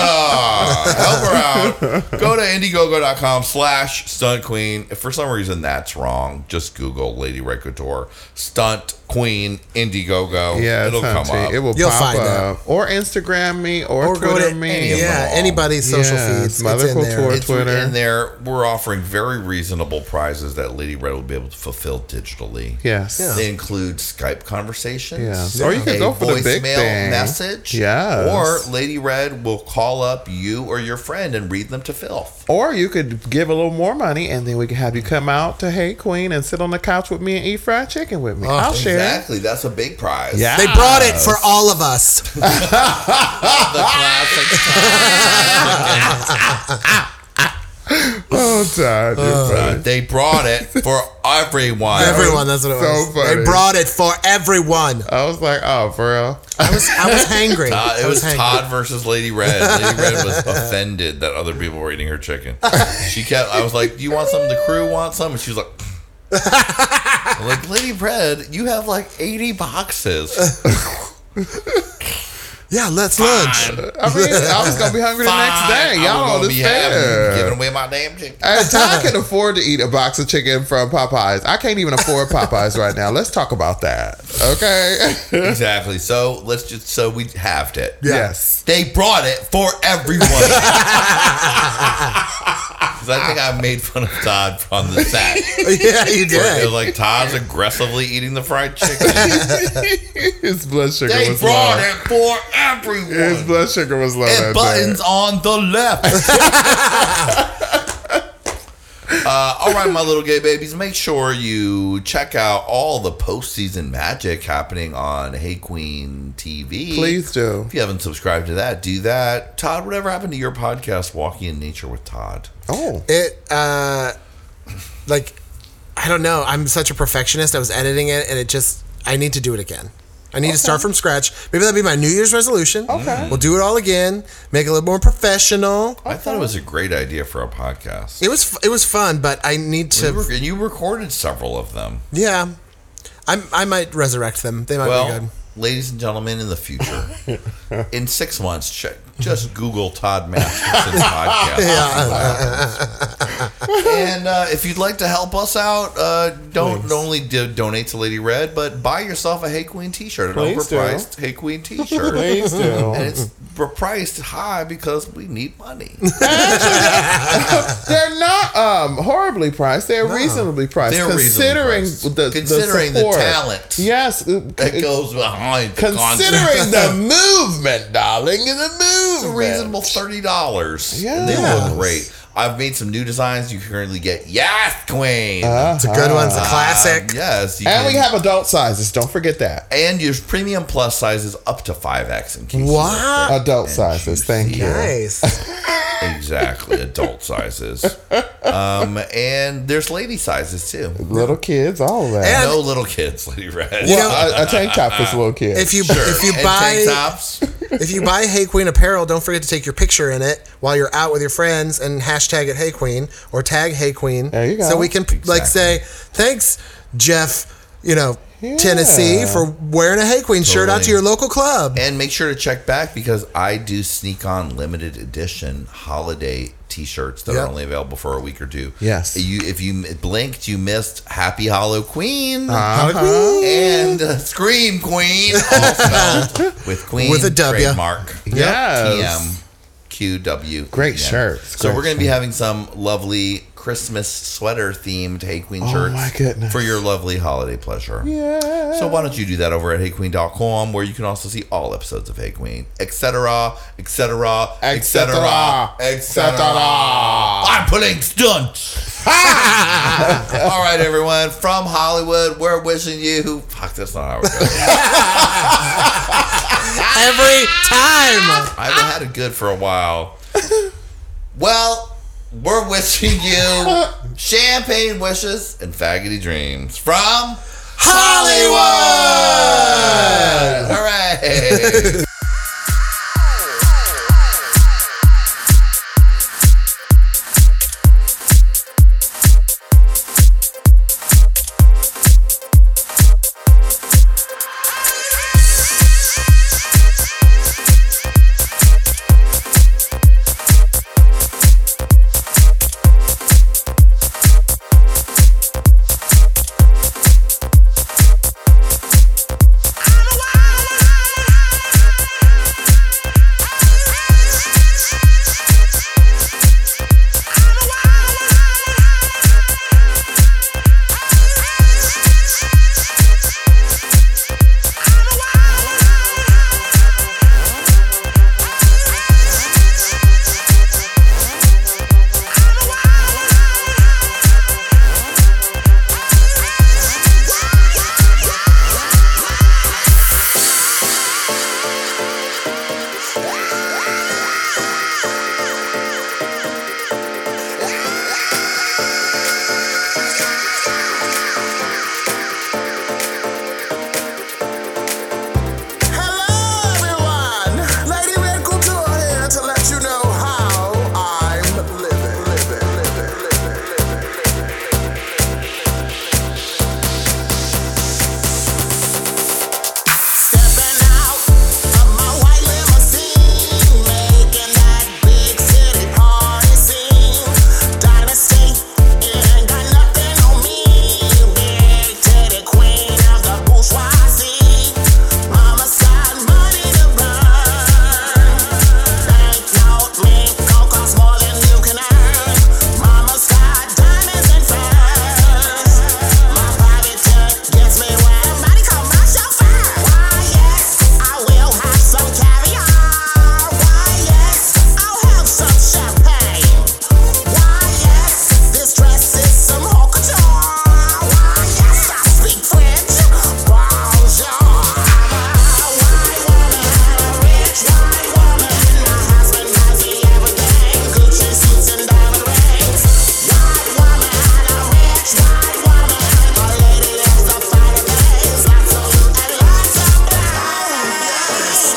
her. Help her out. Go to Indiegogo.com slash stunt queen. If for some reason that's wrong, just Google Lady Record Tour stunt queen Indiegogo.
Yeah,
it'll come
Santi.
up.
It will
You'll
pop
find
up. Or Instagram me or,
Or go
Twitter
to
me.
any, yeah
all.
anybody's social
Yes,
feeds. It's in
Motherful
there.
Tour.
it's
Twitter.
in there. We're offering very reasonable prizes that Lady Red will be able to fulfill digitally.
Yes.
Yeah.
They include Skype conversations.
Yes. Or you can
a
go for the big
voicemail
thing.
message.
Yes.
Or Lady Red will call up you or your friend and read them to filth.
Or you could give a little more money and then we could have you come out to Hey Queen and sit on the couch with me and eat fried chicken with me.
Oh,
I'll share.
Exactly. That's a big prize.
Yeah.
They brought it for all of us.
The classic prize.
Oh, Todd, you're funny.
they brought it for everyone.
everyone. That's what it
So
was. They
funny.
brought it for everyone.
I was like, oh, for real?
I was I was hangry.
Uh, it
I
was
hangry.
Todd versus Lady Red. Lady Red was offended that other people were eating her chicken. She kept. I was like, "Do you want some? The crew want some?" And she was like. I'm like Lady Red, you have like 80 boxes.
Yeah, let's lunch.
I mean, I was gonna be hungry the next day.
I'm
Y'all
gonna be having-
understand.
giving away my damn chicken.
Hey, Todd can afford to eat a box of chicken from Popeyes. I can't even afford Popeyes right now. Let's talk about that. Okay.
Exactly. So let's just so we halved it.
Yes.
They brought it for everyone. 'Cause I think I made fun of Todd on the set.
yeah, you
Where It was
did.
like Todd's aggressively eating the fried chicken.
His blood sugar
They
was
brought
low.
it for
His
everyone.
blood sugar was low.
And
that
buttons
day.
on the left. Uh, all right, my little gay babies, make sure you check out all the postseason magic happening on Hey Queen TV.
Please do.
If you haven't subscribed to that, do that. Todd, whatever happened to your podcast, Walking in Nature with Todd?
Oh.
It uh, like I don't know. I'm such a perfectionist. I was editing it, and it just I need to do it again. I need to start from scratch. Maybe that'll be my New Year's resolution.
Okay.
We'll do it all again. Make it a little more professional.
I thought it was a great idea for a podcast.
It was it was fun, but I need
You
to.
rec- and you recorded several of them.
Yeah, I'm, I might resurrect them. They might be
Well,
good.
ladies and gentlemen, in the future, in six months, check, just Google Todd Masterson podcast. and uh, if you'd like to help us out, uh, don't not only do, donate to Lady Red, but buy yourself a Hey Queen T-shirt, an
Please do.
overpriced Hey Queen T-shirt.
Please
and
do.
it's priced high because we need money.
They're not um, horribly priced. They're reasonably priced.
They're
considering
reasonably priced.
the
Considering the
the, support.
talent.
Yes. Uh,
That goes behind the concept.
Considering the movement, darling, the
It's a
movement.
reasonable thirty dollars.
Yeah.
they look great. I've made some new designs. You can currently get Yes Queen.
It's a good one.
um,
It's a classic.
yes. You
Uh-huh. And we
can-
have adult sizes. Don't forget that.
and your premium plus sizes up to 5X in case. you- Ah.
What?
Adult sizes. Thank you.
Nice.
Exactly. Adult sizes. Um, and there's lady sizes too.
Little kids, all that.
And-
no little kids, Lady Red.
You know-
well, a, a tank top for little kids.
If you
Sure.
if you
And tank
buy
tops.
if you buy Hey Queen apparel, don't forget to take your picture in it while you're out with your friends and hashtag it Hey Queen or tag Hey Queen.
There you go.
So we can like say thanks, Jeff. You know. Tennessee for wearing a Hey Queen shirt out
Totally.
to your local club.
And make sure to check back because I do sneak on limited edition holiday T-shirts that
Yeah.
are only available for a week or two.
Yes.
you if you blinked, you missed Happy Hollow Queen
Ah.
Uh-huh.
and uh, Scream Queen, all spelled with Queen
With a W.
trademark.
yes.
TM QW.
Great
Yeah.
shirts.
E So
Great
we're going to be having some lovely Christmas sweater themed Hey Queen
Oh
shirts
my goodness.
for your lovely holiday pleasure.
Yeah.
So why don't you do that over at heyqueen.com where you can also see all episodes of Hey Queen, etc., etc., etc., etc. I'm putting stunts. all right, everyone from Hollywood, we're wishing you. Fuck, that's not how we're going.
Every time.
I haven't had a good for a while. well, we're wishing you champagne wishes and faggoty dreams from Hollywood. Hooray!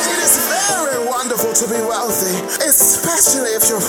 It is very wonderful to be wealthy, especially if you're